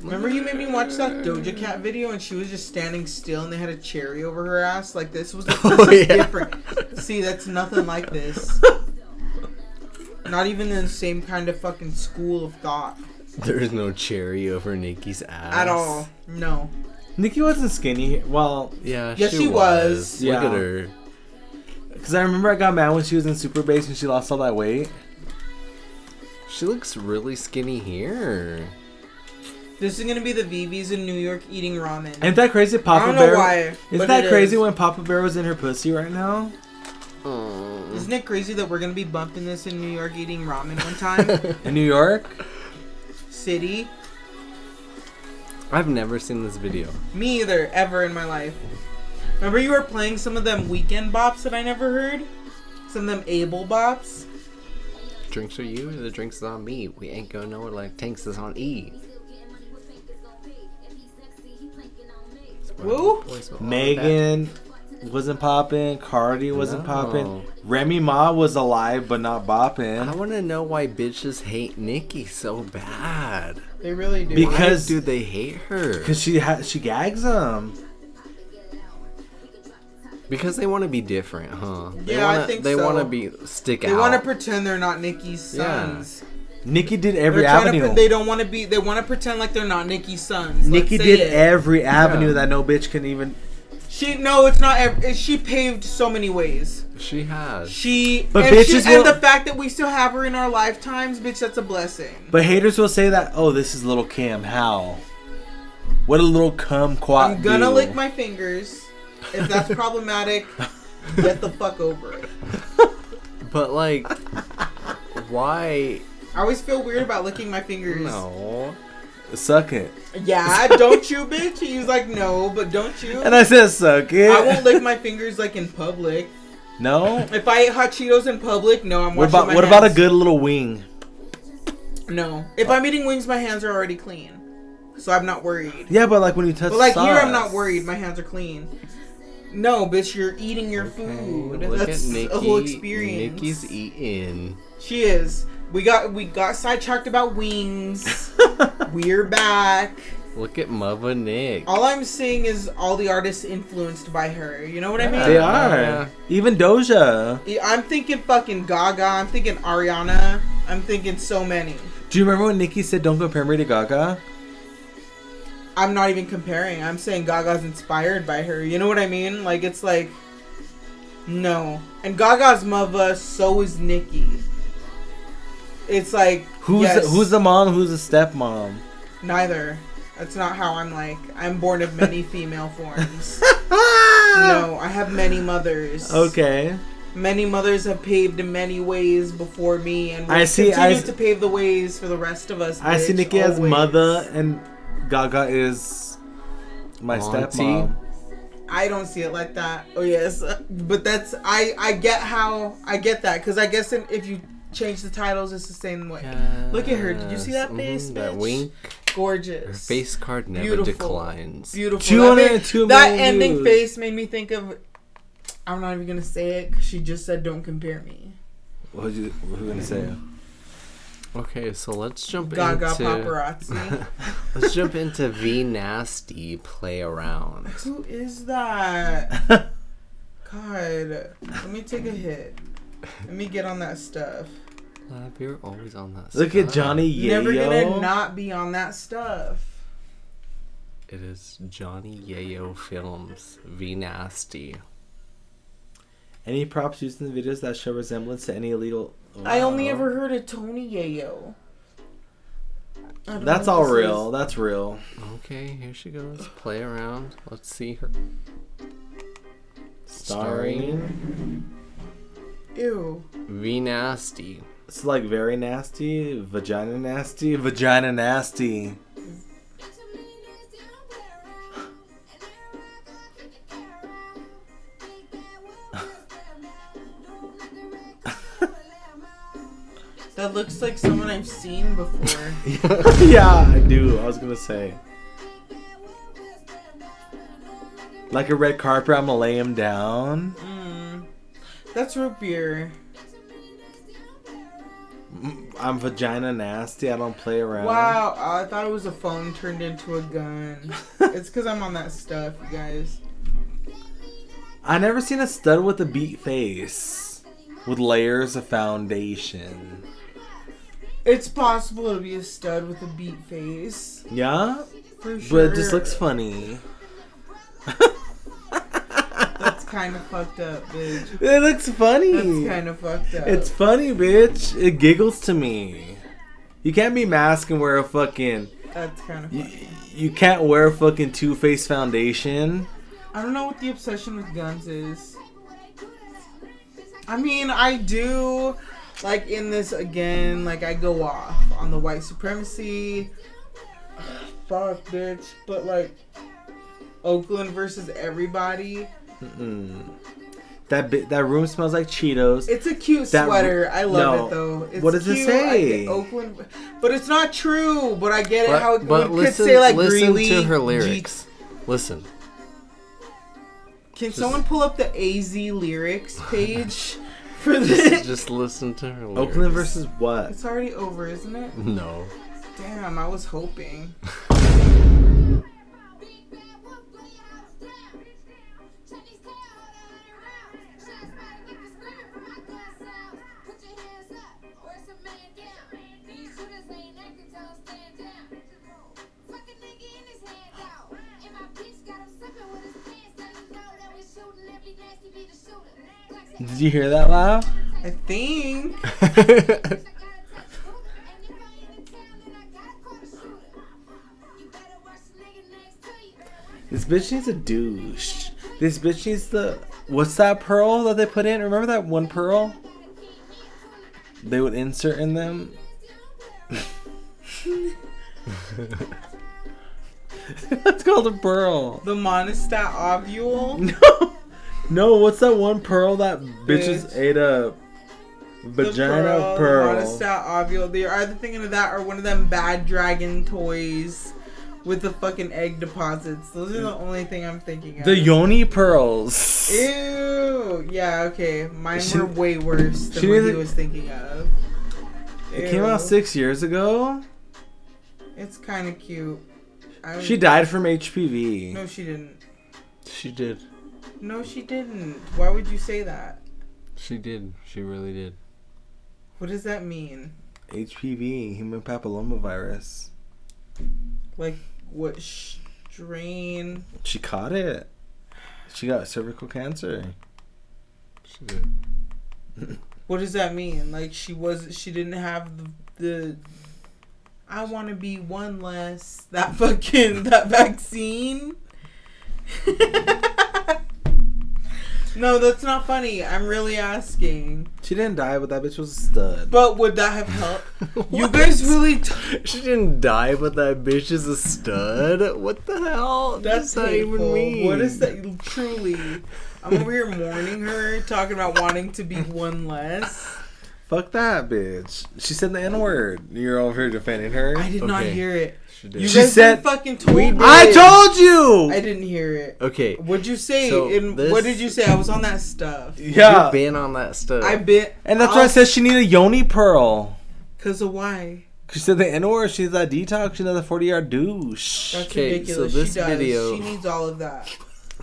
Remember you made me watch that Doja Cat video and she was just standing still and they had a cherry over her ass? Like this
(laughs)
was
Oh, yeah.
different. See, that's nothing
(laughs)
like this. Not even in the same kind of fucking school of thought.
There is no cherry over Nikki's ass
At all. No.
Nikki wasn't skinny. Well,
Yeah,
Yes,
she,
she
was.
was.
Look
Yeah.
at her.
because I remember I got mad when she was in Super Bass and she lost all that weight.
She looks really skinny here.
This is gonna be the VBs in New York eating ramen.
Ain't that crazy, Papa
I don't know
Bear?
why,
Isn't
but
that
it
crazy
is.
when Papa Bear was in her pussy right now?
Isn't it crazy that we're gonna be bumping this in New York eating ramen one
(laughs)
time?
In New York?
City?
I've never seen this video.
Me either, ever in my life. Remember you were playing some of them weekend bops that I never heard? Some of them Able bops?
Drinks are you, the drinks is on me. We ain't going nowhere like tanks is on E.
Woo?
Boys will all back.
Megan wasn't popping. Cardi wasn't
No.
popping. Remy Ma was alive but not
I
bopping.
want to know why bitches hate Nikki so bad.
They really do.
Because-
Because do they hate her?
Cause she ha- she gags them.
Because they want to be different, huh? They
Yeah, I
wanna,
think
they
so.
want to be stick
they
out.
want to pretend they're not Nikki's
Yeah.
sons.
Nikki did every
They're trying to,
avenue.
pre- they don't want to be. They want to pretend like they're not Nikki's sons. Let's
Nikki
say
did
it.
every avenue
Yeah.
that no bitch can even.
She no, it's not. Ev- she paved so many ways.
she has.
She
But
and, she,
bitches
and
will-
the fact that we still have her in our lifetimes, bitch, that's a blessing.
But haters will say that, oh, this is little Cam. How? What a little kumquat.
I'm gonna
do.
lick my fingers. If
(laughs)
that's problematic, get the fuck over it.
But
(laughs)
like, why?
I always feel weird about licking my fingers.
No.
Suck it.
Yeah, don't you, bitch? He's like, no, but don't you?
And I said, suck it.
I
(laughs)
won't lick my fingers like in public.
No?
If I ate hot Cheetos in public, no, I'm
What
washing
about
my
what about a
hands.
good little wing?
No, if I'm eating wings, my hands are already clean, so I'm not worried.
Yeah, but like when you touch
But like here, I'm
sauce. (laughs)
not worried. My hands are clean. No, bitch, you're eating your food.
Look
That's
at Nikki.
a whole experience.
Nikki's
e-
eating.
she is. We got we got sidetracked
(laughs)
about wings. We're back.
Look at Mother Nick.
All I'm seeing is all the artists influenced by her. You know what I mean?
They
Yeah.
are.
Yeah.
Even Doja.
Yeah, I'm thinking fucking Gaga. I'm thinking Ariana. I'm thinking so many.
Do you remember when Nikki said, don't compare me to Gaga?
I'm not even comparing. I'm saying Gaga's inspired by her. You know what I mean? Like it's like no. And Gaga's mother, so is Nikki. It's like
Who's
yes,
the, who's the mom? Who's the stepmom?
neither. That's not how I'm like. I'm born of
(laughs)
many female forms. no, I have many mothers.
Okay.
Many mothers have paved in many ways before me, and will
I see- I
continue
s-
to pave the ways for the rest of us.
I see
bitch,
Nikki as
always.
mother and Gaga is my
Auntie.
stepmom.
I don't see it like that. Oh yes, (laughs) but that's I I get how I get that because I guess in, if you change the titles, it's the same way. Look at her. Did you see that
Yes.
face,
Mhm, That
bitch?
wink.
Gorgeous.
Her face card never
Beautiful.
declines.
Beautiful.
202
That, ma- that
million
ending
views.
face made me think of. I'm not even gonna say it. 'cause she just said, "Don't compare me."
What was you, what were you gonna say? (laughs)
Okay, so let's jump
Gaga
into (laughs)
paparazzi.
let's jump into V Nasty play around.
Who is that? God, let me take a hit. Let me get on that stuff.
Lab, you're always on that.
Look at
stuff.
Johnny Yayo.
Never gonna not be on that stuff.
It is Johnny Yayo Films V Nasty.
Any props used in the videos that show resemblance to any illegal.
I only
Wow.
ever heard of Tony Yayo. I don't
That's
know
all
what this
real.
is.
That's real.
Okay, here she goes. Play around. Let's see her.
Starring.
Ew.
V Nasty.
It's like very nasty, vagina nasty, (laughs) vagina nasty.
That looks like someone I've
(laughs)
seen before.
yeah, I do. I was gonna say. Like a red carpet, I'm gonna lay him down.
mm. That's root beer.
I'm vagina nasty. I don't play around.
Wow, I thought it was a phone turned into
(laughs)
a gun. it's because I'm on that stuff, you guys.
I never seen a stud with a beat face with layers of foundation.
It's possible to be a stud with a beat face.
Yeah,
For sure.
but it just looks funny.
That's kind of fucked up, bitch.
It looks funny.
That's kind of fucked up.
It's funny, bitch. It giggles to me. You can't be mask and wear a fucking.
That's kind of
You,
funny.
you can't wear a fucking Two Face foundation.
I don't know what the obsession with guns is. I mean, I do, like, in this again, like, I go off on the white supremacy. (sighs) Fuck, bitch. But, like, Oakland versus everybody.
That bi- that room smells like Cheetos.
It's a cute
That-
sweater. I love
no.
it, though. It's
What does it
cute. I
say?
get Oakland. But it's not true. But I get it
But-
how it
but
we
listen-
could say, like,
listen to
Greeley,
her lyrics. Listen,
Can someone pull up the AZ
(laughs)
lyrics page for
just,
this?
just listen to her. Lyrics.
Oakland versus what?
It's already over, isn't it?
Mm-hmm.
no.
Damn, I was hoping.
Did you hear that loud?
I think.
This bitch needs a douche. This bitch needs the what's that pearl that they put in? Remember that one pearl? They would insert in them. (laughs) That's called a pearl. (laughs)
The monostat ovule.
No, no. What's that one pearl that bitches
Bitch.
ate up?
The
Vagina pearl.
The monostat ovule. They're either thinking of that or one of them bad dragon toys with the fucking egg deposits. Those are the only thing I'm thinking of.
Mm. The yoni pearls.
Ew. Yeah, okay. Mine
She-
were way worse than
she
what he
neither-
was thinking of.
It came out
Ew.
six years ago.
It's kind of cute. I
She
would-
died from HPV.
No, she didn't.
She did.
No, she didn't. Why would you say that?
She did. She really did.
What does that mean?
HPV, human papillomavirus.
Like, what strain?
She caught it. She got cervical cancer.
She did.
What does that mean? Like, she was, she didn't have the. the I want to be one less. That (laughs) fucking that vaccine. (laughs) no, that's not funny. I'm really asking.
She didn't die, but that bitch was a stud.
But would that have helped? you guys really. T-
She didn't die, but that bitch is a stud. What the hell?
That's not even me. What is that? Truly, I'm over here mourning her, talking about wanting to be one less.
Fuck that bitch. She said the N word. You're over here defending her.
I did not
Okay.
hear it.
She
You
did.
She
guys
said-
said, "Fucking told me."
I told you.
I didn't hear it.
okay.
What'd you say?
So
and
this-
what did you say? I was on that stuff.
yeah.
You've been on that stuff.
I bit.
and that's why I said she needed a yoni pearl.
Cause of why?
She said the N word. She's that detox. She's that 40 yard douche.
That's
Okay, so
ridiculous.
this
she does.
video-
She needs all
(laughs)
of that.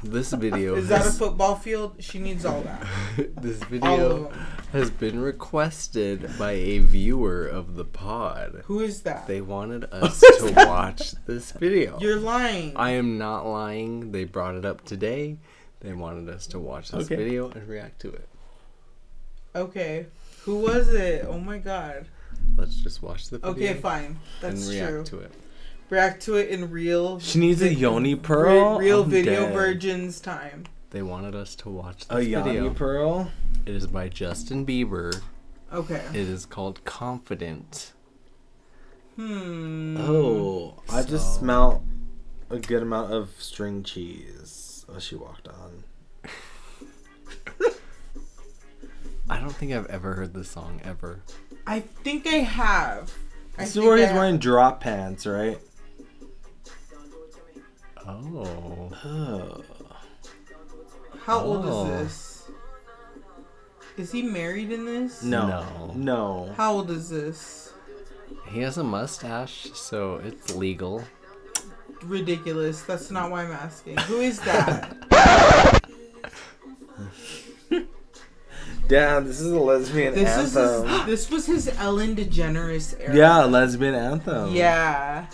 this
(laughs)
video.
Is that a
has,
football field? She needs all that.
this
All
video
of them.
has been requested by a viewer of the pod.
Who is that?
They wanted us
(laughs)
to watch this video.
You're lying.
I am not lying. They brought it up today. They wanted us to watch this
Okay.
video and react to it.
okay. Who was it? Oh my god.
Let's just watch the video
Okay, fine.
and
That's
react
true.
to it.
react to it in real
She needs a
vi-
yoni
re-
pearl.
real
I'm
video
dead.
virgins time
They wanted us to watch
A
Oh,
this
yoni
video.
pearl.
It is by Justin Bieber.
okay
It is called Confident.
hmm
Oh, I just
So-
smell a good amount of string cheese as she walked on.
I don't think I've ever heard this song ever.
i think i have I
This is
think
where
I
he's
have.
wearing drop pants, right?
Oh.
Oh,
how old
Oh.
is this is he married in this
no,
No.
no.
how old is this
He has a mustache, so it's legal.
ridiculous that's not why i'm asking who is that
(laughs) Damn, this is a lesbian
this is
anthem.
his, (gasps) this was his ellen degeneres era
yeah, a lesbian anthem.
yeah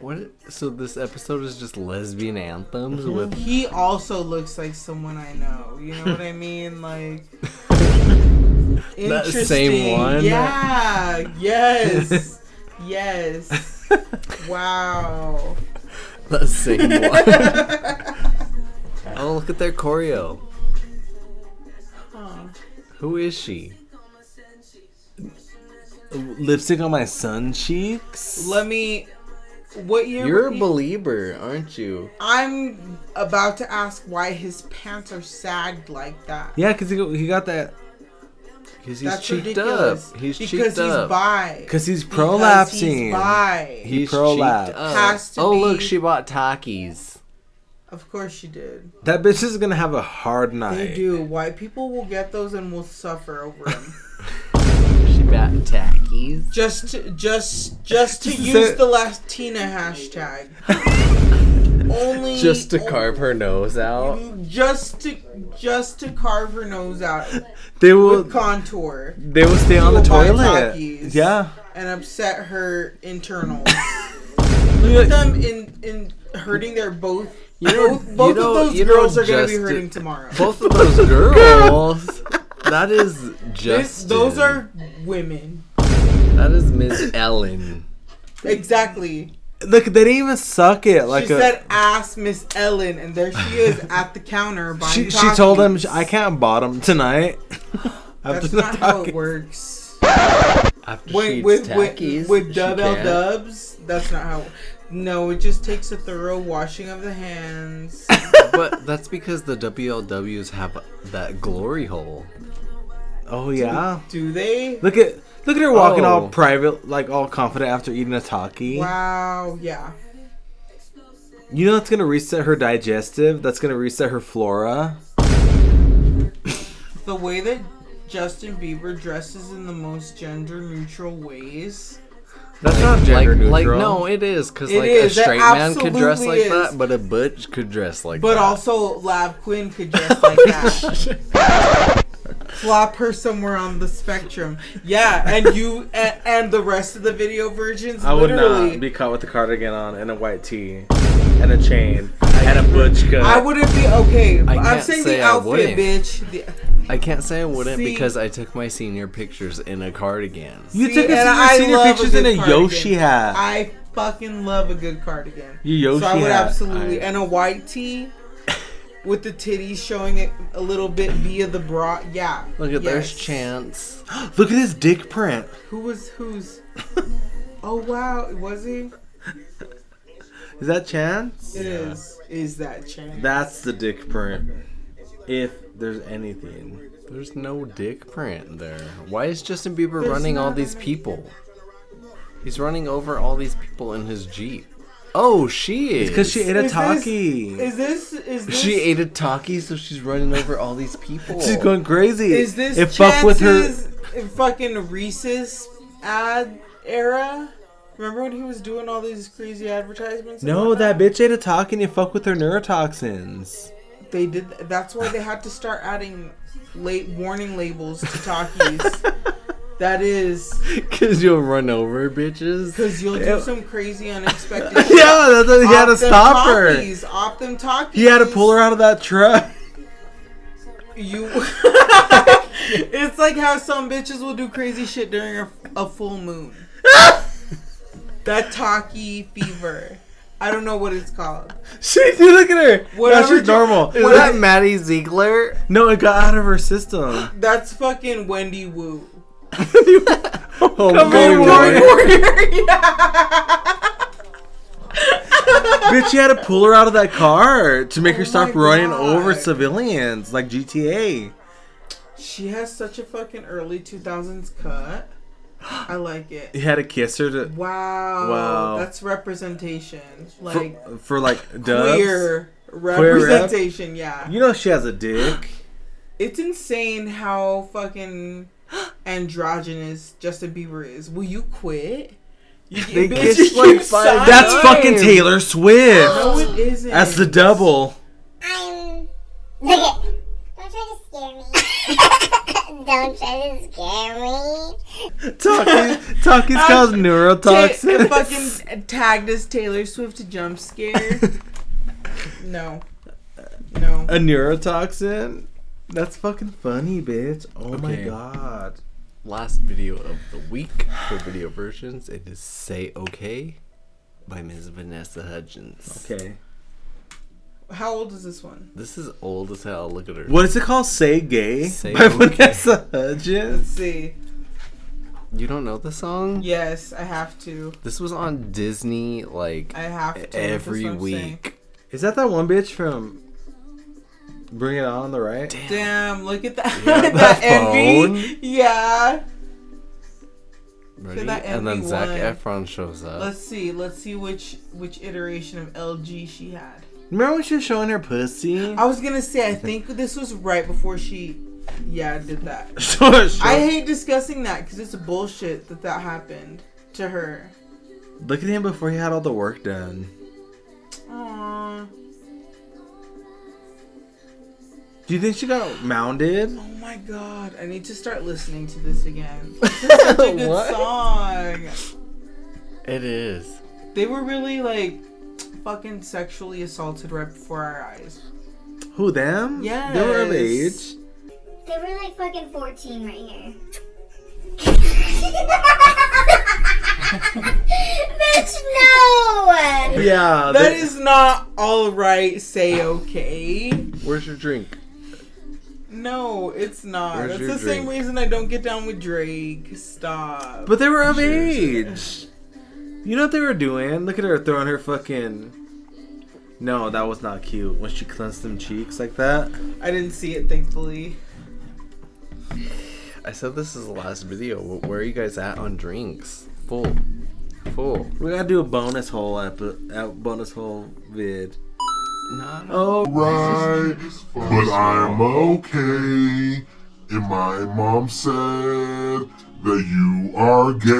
What? i- So this episode is just lesbian anthems
Mm-hmm.
with.
he also looks like someone I know. You know what I mean? Like
(laughs) That same
interesting.
one?
Yeah. Yes.
(laughs)
Yes. wow.
The same
(laughs)
one. oh, look at their choreo. Who is she?
Lipstick on my sun cheeks.
Let me. What year?
You're a believer, aren't you?
I'm about to ask why his pants are sagged like that.
Yeah, because he, go- he got that.
Because he's
That's
cheeked
ridiculous.
up. He's cheeked
because he's
up.
bi.
Because he's
Because
prolapsing.
he's bi.
He
He's
prolapsed.
cheeked up.
Has to
oh, look,
be-
she bought Takis.
of course she did.
that bitch is gonna have a hard night.
They do. White people will get those and will suffer over them.
She bought Takis.
just, to, just, just to
Just
use
say-
the Latina hashtag. Only
Just to
o-
carve her nose out.
Just to, just to carve her nose out
They will.
with contour
They will stay on the
will buy
toilet.
Takis.
Yeah.
and upset her internals. Look at them in in hurting their both.
You know-
both
you
both
know-
of those
you know
girls are going to be
Justin-
hurting tomorrow.
Both of those
(laughs)
girls. that is
This-
just.
(laughs) those are women.
That is Miss Ellen.
Exactly.
Look, they didn't even suck it. Like
she
a,
said, "Ask Miss Ellen," and there she is at the counter buying.
she, she told him,
Takis.
I can't bottom tonight. (laughs) After
(laughs) That's
the
not how
Takis.
it works.
After she
With
eats
with
Takis,
with, with
she
dub L
can't.
dubs, that's not how. No, it just takes a thorough washing of the hands.
But that's because the WLWs have that glory hole.
Oh yeah.
Do they?
Look at look at her walking
Oh.
all private, like all confident after eating a taki.
Wow. Yeah.
You know that's gonna reset her digestive. That's gonna reset her flora.
The way that Justin Bieber dresses in the most gender neutral ways.
That's
Like-
not gender
like, Like
neutral.
no, it is because
It
like
is,
a
it
straight man could dress like
absolutely is.
that, but a butch could dress like
But
that.
also, Lab Quinn could dress like that. Flop her somewhere on the spectrum. Yeah, and you and, and the rest of the video versions.
I would
literally,
not be caught with a cardigan on and a white tee and a chain and a butch cut.
I wouldn't be okay. I am
can't
saying
say
the
I
outfit,
wouldn't.
bitch. The,
I can't say I wouldn't
See-
because I took my senior pictures in a cardigan.
you
See,
took us
and I
in your senior
love a
pictures in
good
a
cardigan.
Yoshi hat. (gasps)
I fucking love a good cardigan.
Your Yoshi
so I would
hat.
absolutely and a white tee with the titties showing it a little bit via the bra. Yeah.
Look at there's
yes.
Chance.
Look at his dick print.
Who
(laughs)
was who's? oh wow, was he?
Is that Chance?
It is. is. that Chance?
That's the dick print. If there's anything.
There's no dick print there. Why is Justin Bieber running all these people? He's running over all these people in his jeep. Oh, she is.
Because she ate a
Is this-
taki.
Is this is this
She ate a talkie, so she's running over all these people.
She's going crazy.
is this
It
it
fucked with her.
fucking Reese's ad era? Remember when he was doing all these crazy advertisements? and
No,
whatnot?
that bitch ate a taki and it fucked with her
(laughs)
neurotoxins.
They did. That's why they had to start adding late warning labels to
(laughs)
talkies. that is
Because you'll run over bitches.
because you'll do some crazy unexpected.
(laughs)
shit.
yeah, that's why he had
Off
to
them
stop her.
talkies, Off them talkies.
He had to pull her out of that truck. (laughs)
You. it's like how some bitches will do crazy shit during a, a
(laughs)
full moon. that talkie fever. I don't know what it's called.
She, you look at her.
Whatever
no, she's
ju-
normal.
Is that Maddie Ziegler?
No, it got out of her
(laughs)
system.
That's fucking Wendy Wu.
Oh, Homecoming warrior.
(laughs)
Bitch, you had to pull her out of that car to make her stop
Oh my
running
God.
over civilians like GTA.
She has such a fucking early 2000s cut. I like it.
(gasps) You had to kiss her to
Wow.
Wow.
That's representation. Like
for, for like dubs.
queer
rep?
representation, yeah.
You know she has a dick.
It's insane how fucking (gasps) androgynous Justin Bieber is. Will you quit? You
They
bitch,
kissed
you
like
sign
five. That's
up. Oh,
fucking Taylor Swift.
No, it isn't.
That's the
(laughs)
double.
I'm. Look at. Don't try to scare (laughs) me. Don't try to scare me.
Talkies, talkies cause
Ta-
neurotoxin.
it fucking tagged as Taylor Swift jump scare.
(laughs)
(laughs)
no. No.
a neurotoxin. That's fucking funny, bitch. Oh my
Okay.
god.
last video of the week for video versions. It is Say Okay by Ms. Vanessa Hudgens.
Okay.
How old is this one?
This is old as hell. Look at her.
What is it called? Say Gay?
Say
by
Okay.
Vanessa Hudgens?
Let's see.
You don't know the song?
Yes, I have to.
This was on Disney like
I have to. That's
every
what I'm saying.
week.
Is that that one bitch from Bring It On the Right?
Damn, look at that.
Yeah,
(laughs) that,
that
envy. Yeah.
Ready?
that
And then
MV1.
Zach Efron shows up.
Let's see. Let's see which which iteration of LG she had.
Remember when she was showing her pussy?
(laughs)
I was gonna say I think this was right before she, yeah, did that.
Sure, sure.
I hate discussing that because it's bullshit that that happened to her.
Look at him before he had all the work done.
Aww.
Do you think she got mounded?
Oh my god, I need to start listening to this again. This is such a good
What?
song.
It is.
They were really like fucking sexually assaulted right before our eyes.
Who them?
Yes.
They were of age.
They were like fucking 14 right (laughs) here. Bitch, no!
Yeah.
That
they-
is not all right. Say okay.
Where's your drink?
No, it's not.
Where's
That's
your
the same
drink?
reason I don't get down with Drake. Stop.
But they were of age. You know what they were doing? Look at her throwing her fucking. No, that was not cute. When she cleansed them cheeks like that.
I didn't see it, thankfully.
I said this is the last video. Wh- Where are you guys at on drinks? Full. Full.
We gotta do a bonus hole ep- a bonus hole vid.
Not
Oh,
But I'm okay. And my mom said that you are gay.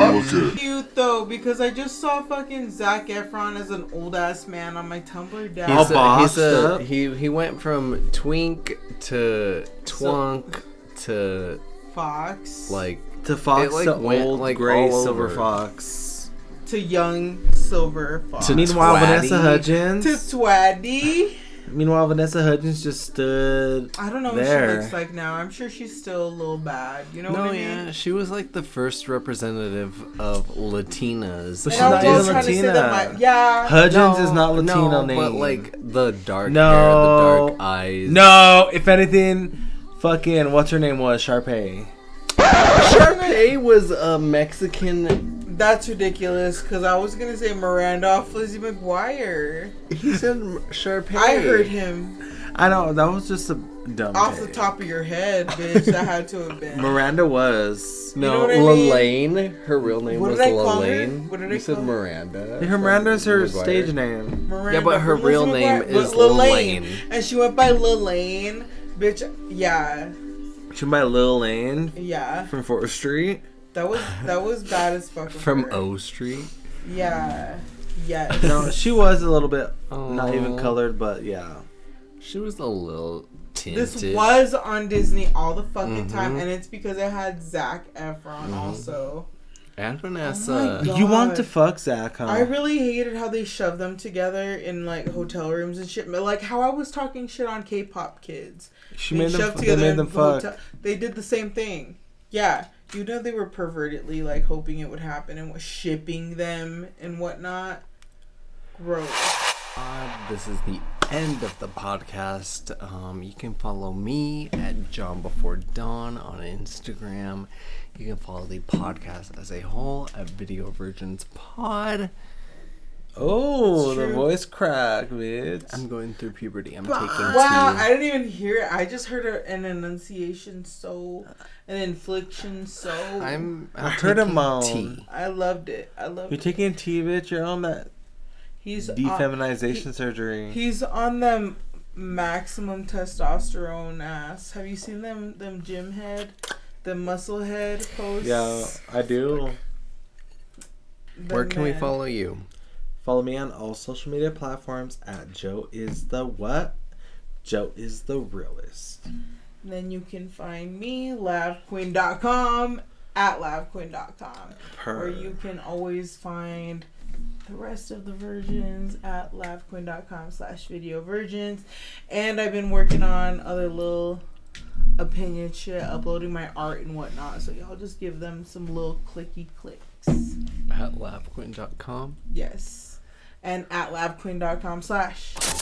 Oh, look at
Cute though, because I just saw fucking Zach Efron as an old ass man on my Tumblr dad.
All boxed
a,
up.
he he went from twink to twunk to
Fox
like
to fox
It, like,
to
went,
old
like,
gray
all
silver
over.
fox.
to young silver fox
To-
to,
Meanwhile,
Twatty.
Vanessa Hudgens.
Twaddy.
Meanwhile, Vanessa Hudgens just stood.
I don't know what
There.
she looks like now. I'm sure she's still a little bad. You know what
no,
I mean?
yeah, she was like the first representative of Latinas.
But
And
she's
I
not
was
even
trying to say
Latina.
that my- yeah.
Hudgens is not
Uh, no,
Latino name.
but like the dark hair, the
No.
dark eyes.
no, if anything, fucking what's her name was Sharpay.
Sharpay
(laughs)
was a Mexican.
That's ridiculous. Cause I was gonna say Miranda off Lizzie McGuire.
He said Sharpay.
I heard him
I know that was just a dumb.
off the
take.
top of your head, bitch. that had to have been.
Miranda was.
know
No,
what I mean?
Lalaine. Her real name
What
was
did I call her?
Lalaine.
What did
you
I
said
call her?
Miranda.
Her
from
Miranda's her
Maguire.
stage name.
Miranda
Yeah, but her
from
real
Lizzie
name
McGuire was
is
Lil-Lane,
Lil-Lane.
and she went by Lilane, bitch. Yeah,
She by Lil Lane
yeah.
from Fourth Street.
That was that was bad as fuck. of
From
her.
O Street.
Yeah,
(laughs)
yes.
No, she was a little bit not
Aw.
even colored, but yeah.
She was a little tinted.
This was on Disney all the fucking
Mm-hmm.
time, and it's because it had Zach Efron also.
and Vanessa.
God.
You want to fuck Zach,
Uh.
huh?
I really hated how they shoved them together in like hotel rooms and shit. Like how I was talking shit on K-pop kids.
she made them.
shoved
They made
in
them
the
fuck.
hotel- They did the same thing. Yeah, you know they were pervertedly like hoping it would happen and was shipping them and whatnot. Gross.
Uh, This is the end of the podcast. Um, you can follow me at John Before Dawn on Instagram. You can follow the podcast as a whole at Video Virgins Pod.
Oh,
It's
the
true.
voice crack, bitch.
I'm going through puberty. I'm taking to
Wow, I didn't even hear it. I just heard a, an enunciation so, an infliction so.
I'm, I'm
I heard a
taking
moan.
tea.
I loved it. I loved
You're
it.
taking T, bitch. You're on that
He's uh, on-
defeminization surgery.
he's on them maximum testosterone ass. Have you seen them them gym head, the muscle head posts?
yeah, I do.
The
Where can we
men.
follow you?
Follow me on all social media platforms at Joe is the what? Joe is the realist.
Then you can find me lavqueen.com at lavqueen.com, where
Per.
you can always find the rest of the virgins at lavqueen.com slash video virgins and i've been working on other little opinion shit, uploading my art and whatnot. So y'all just give them some little clicky clicks.
At labquin.com.
Yes. And at labqueen.com slash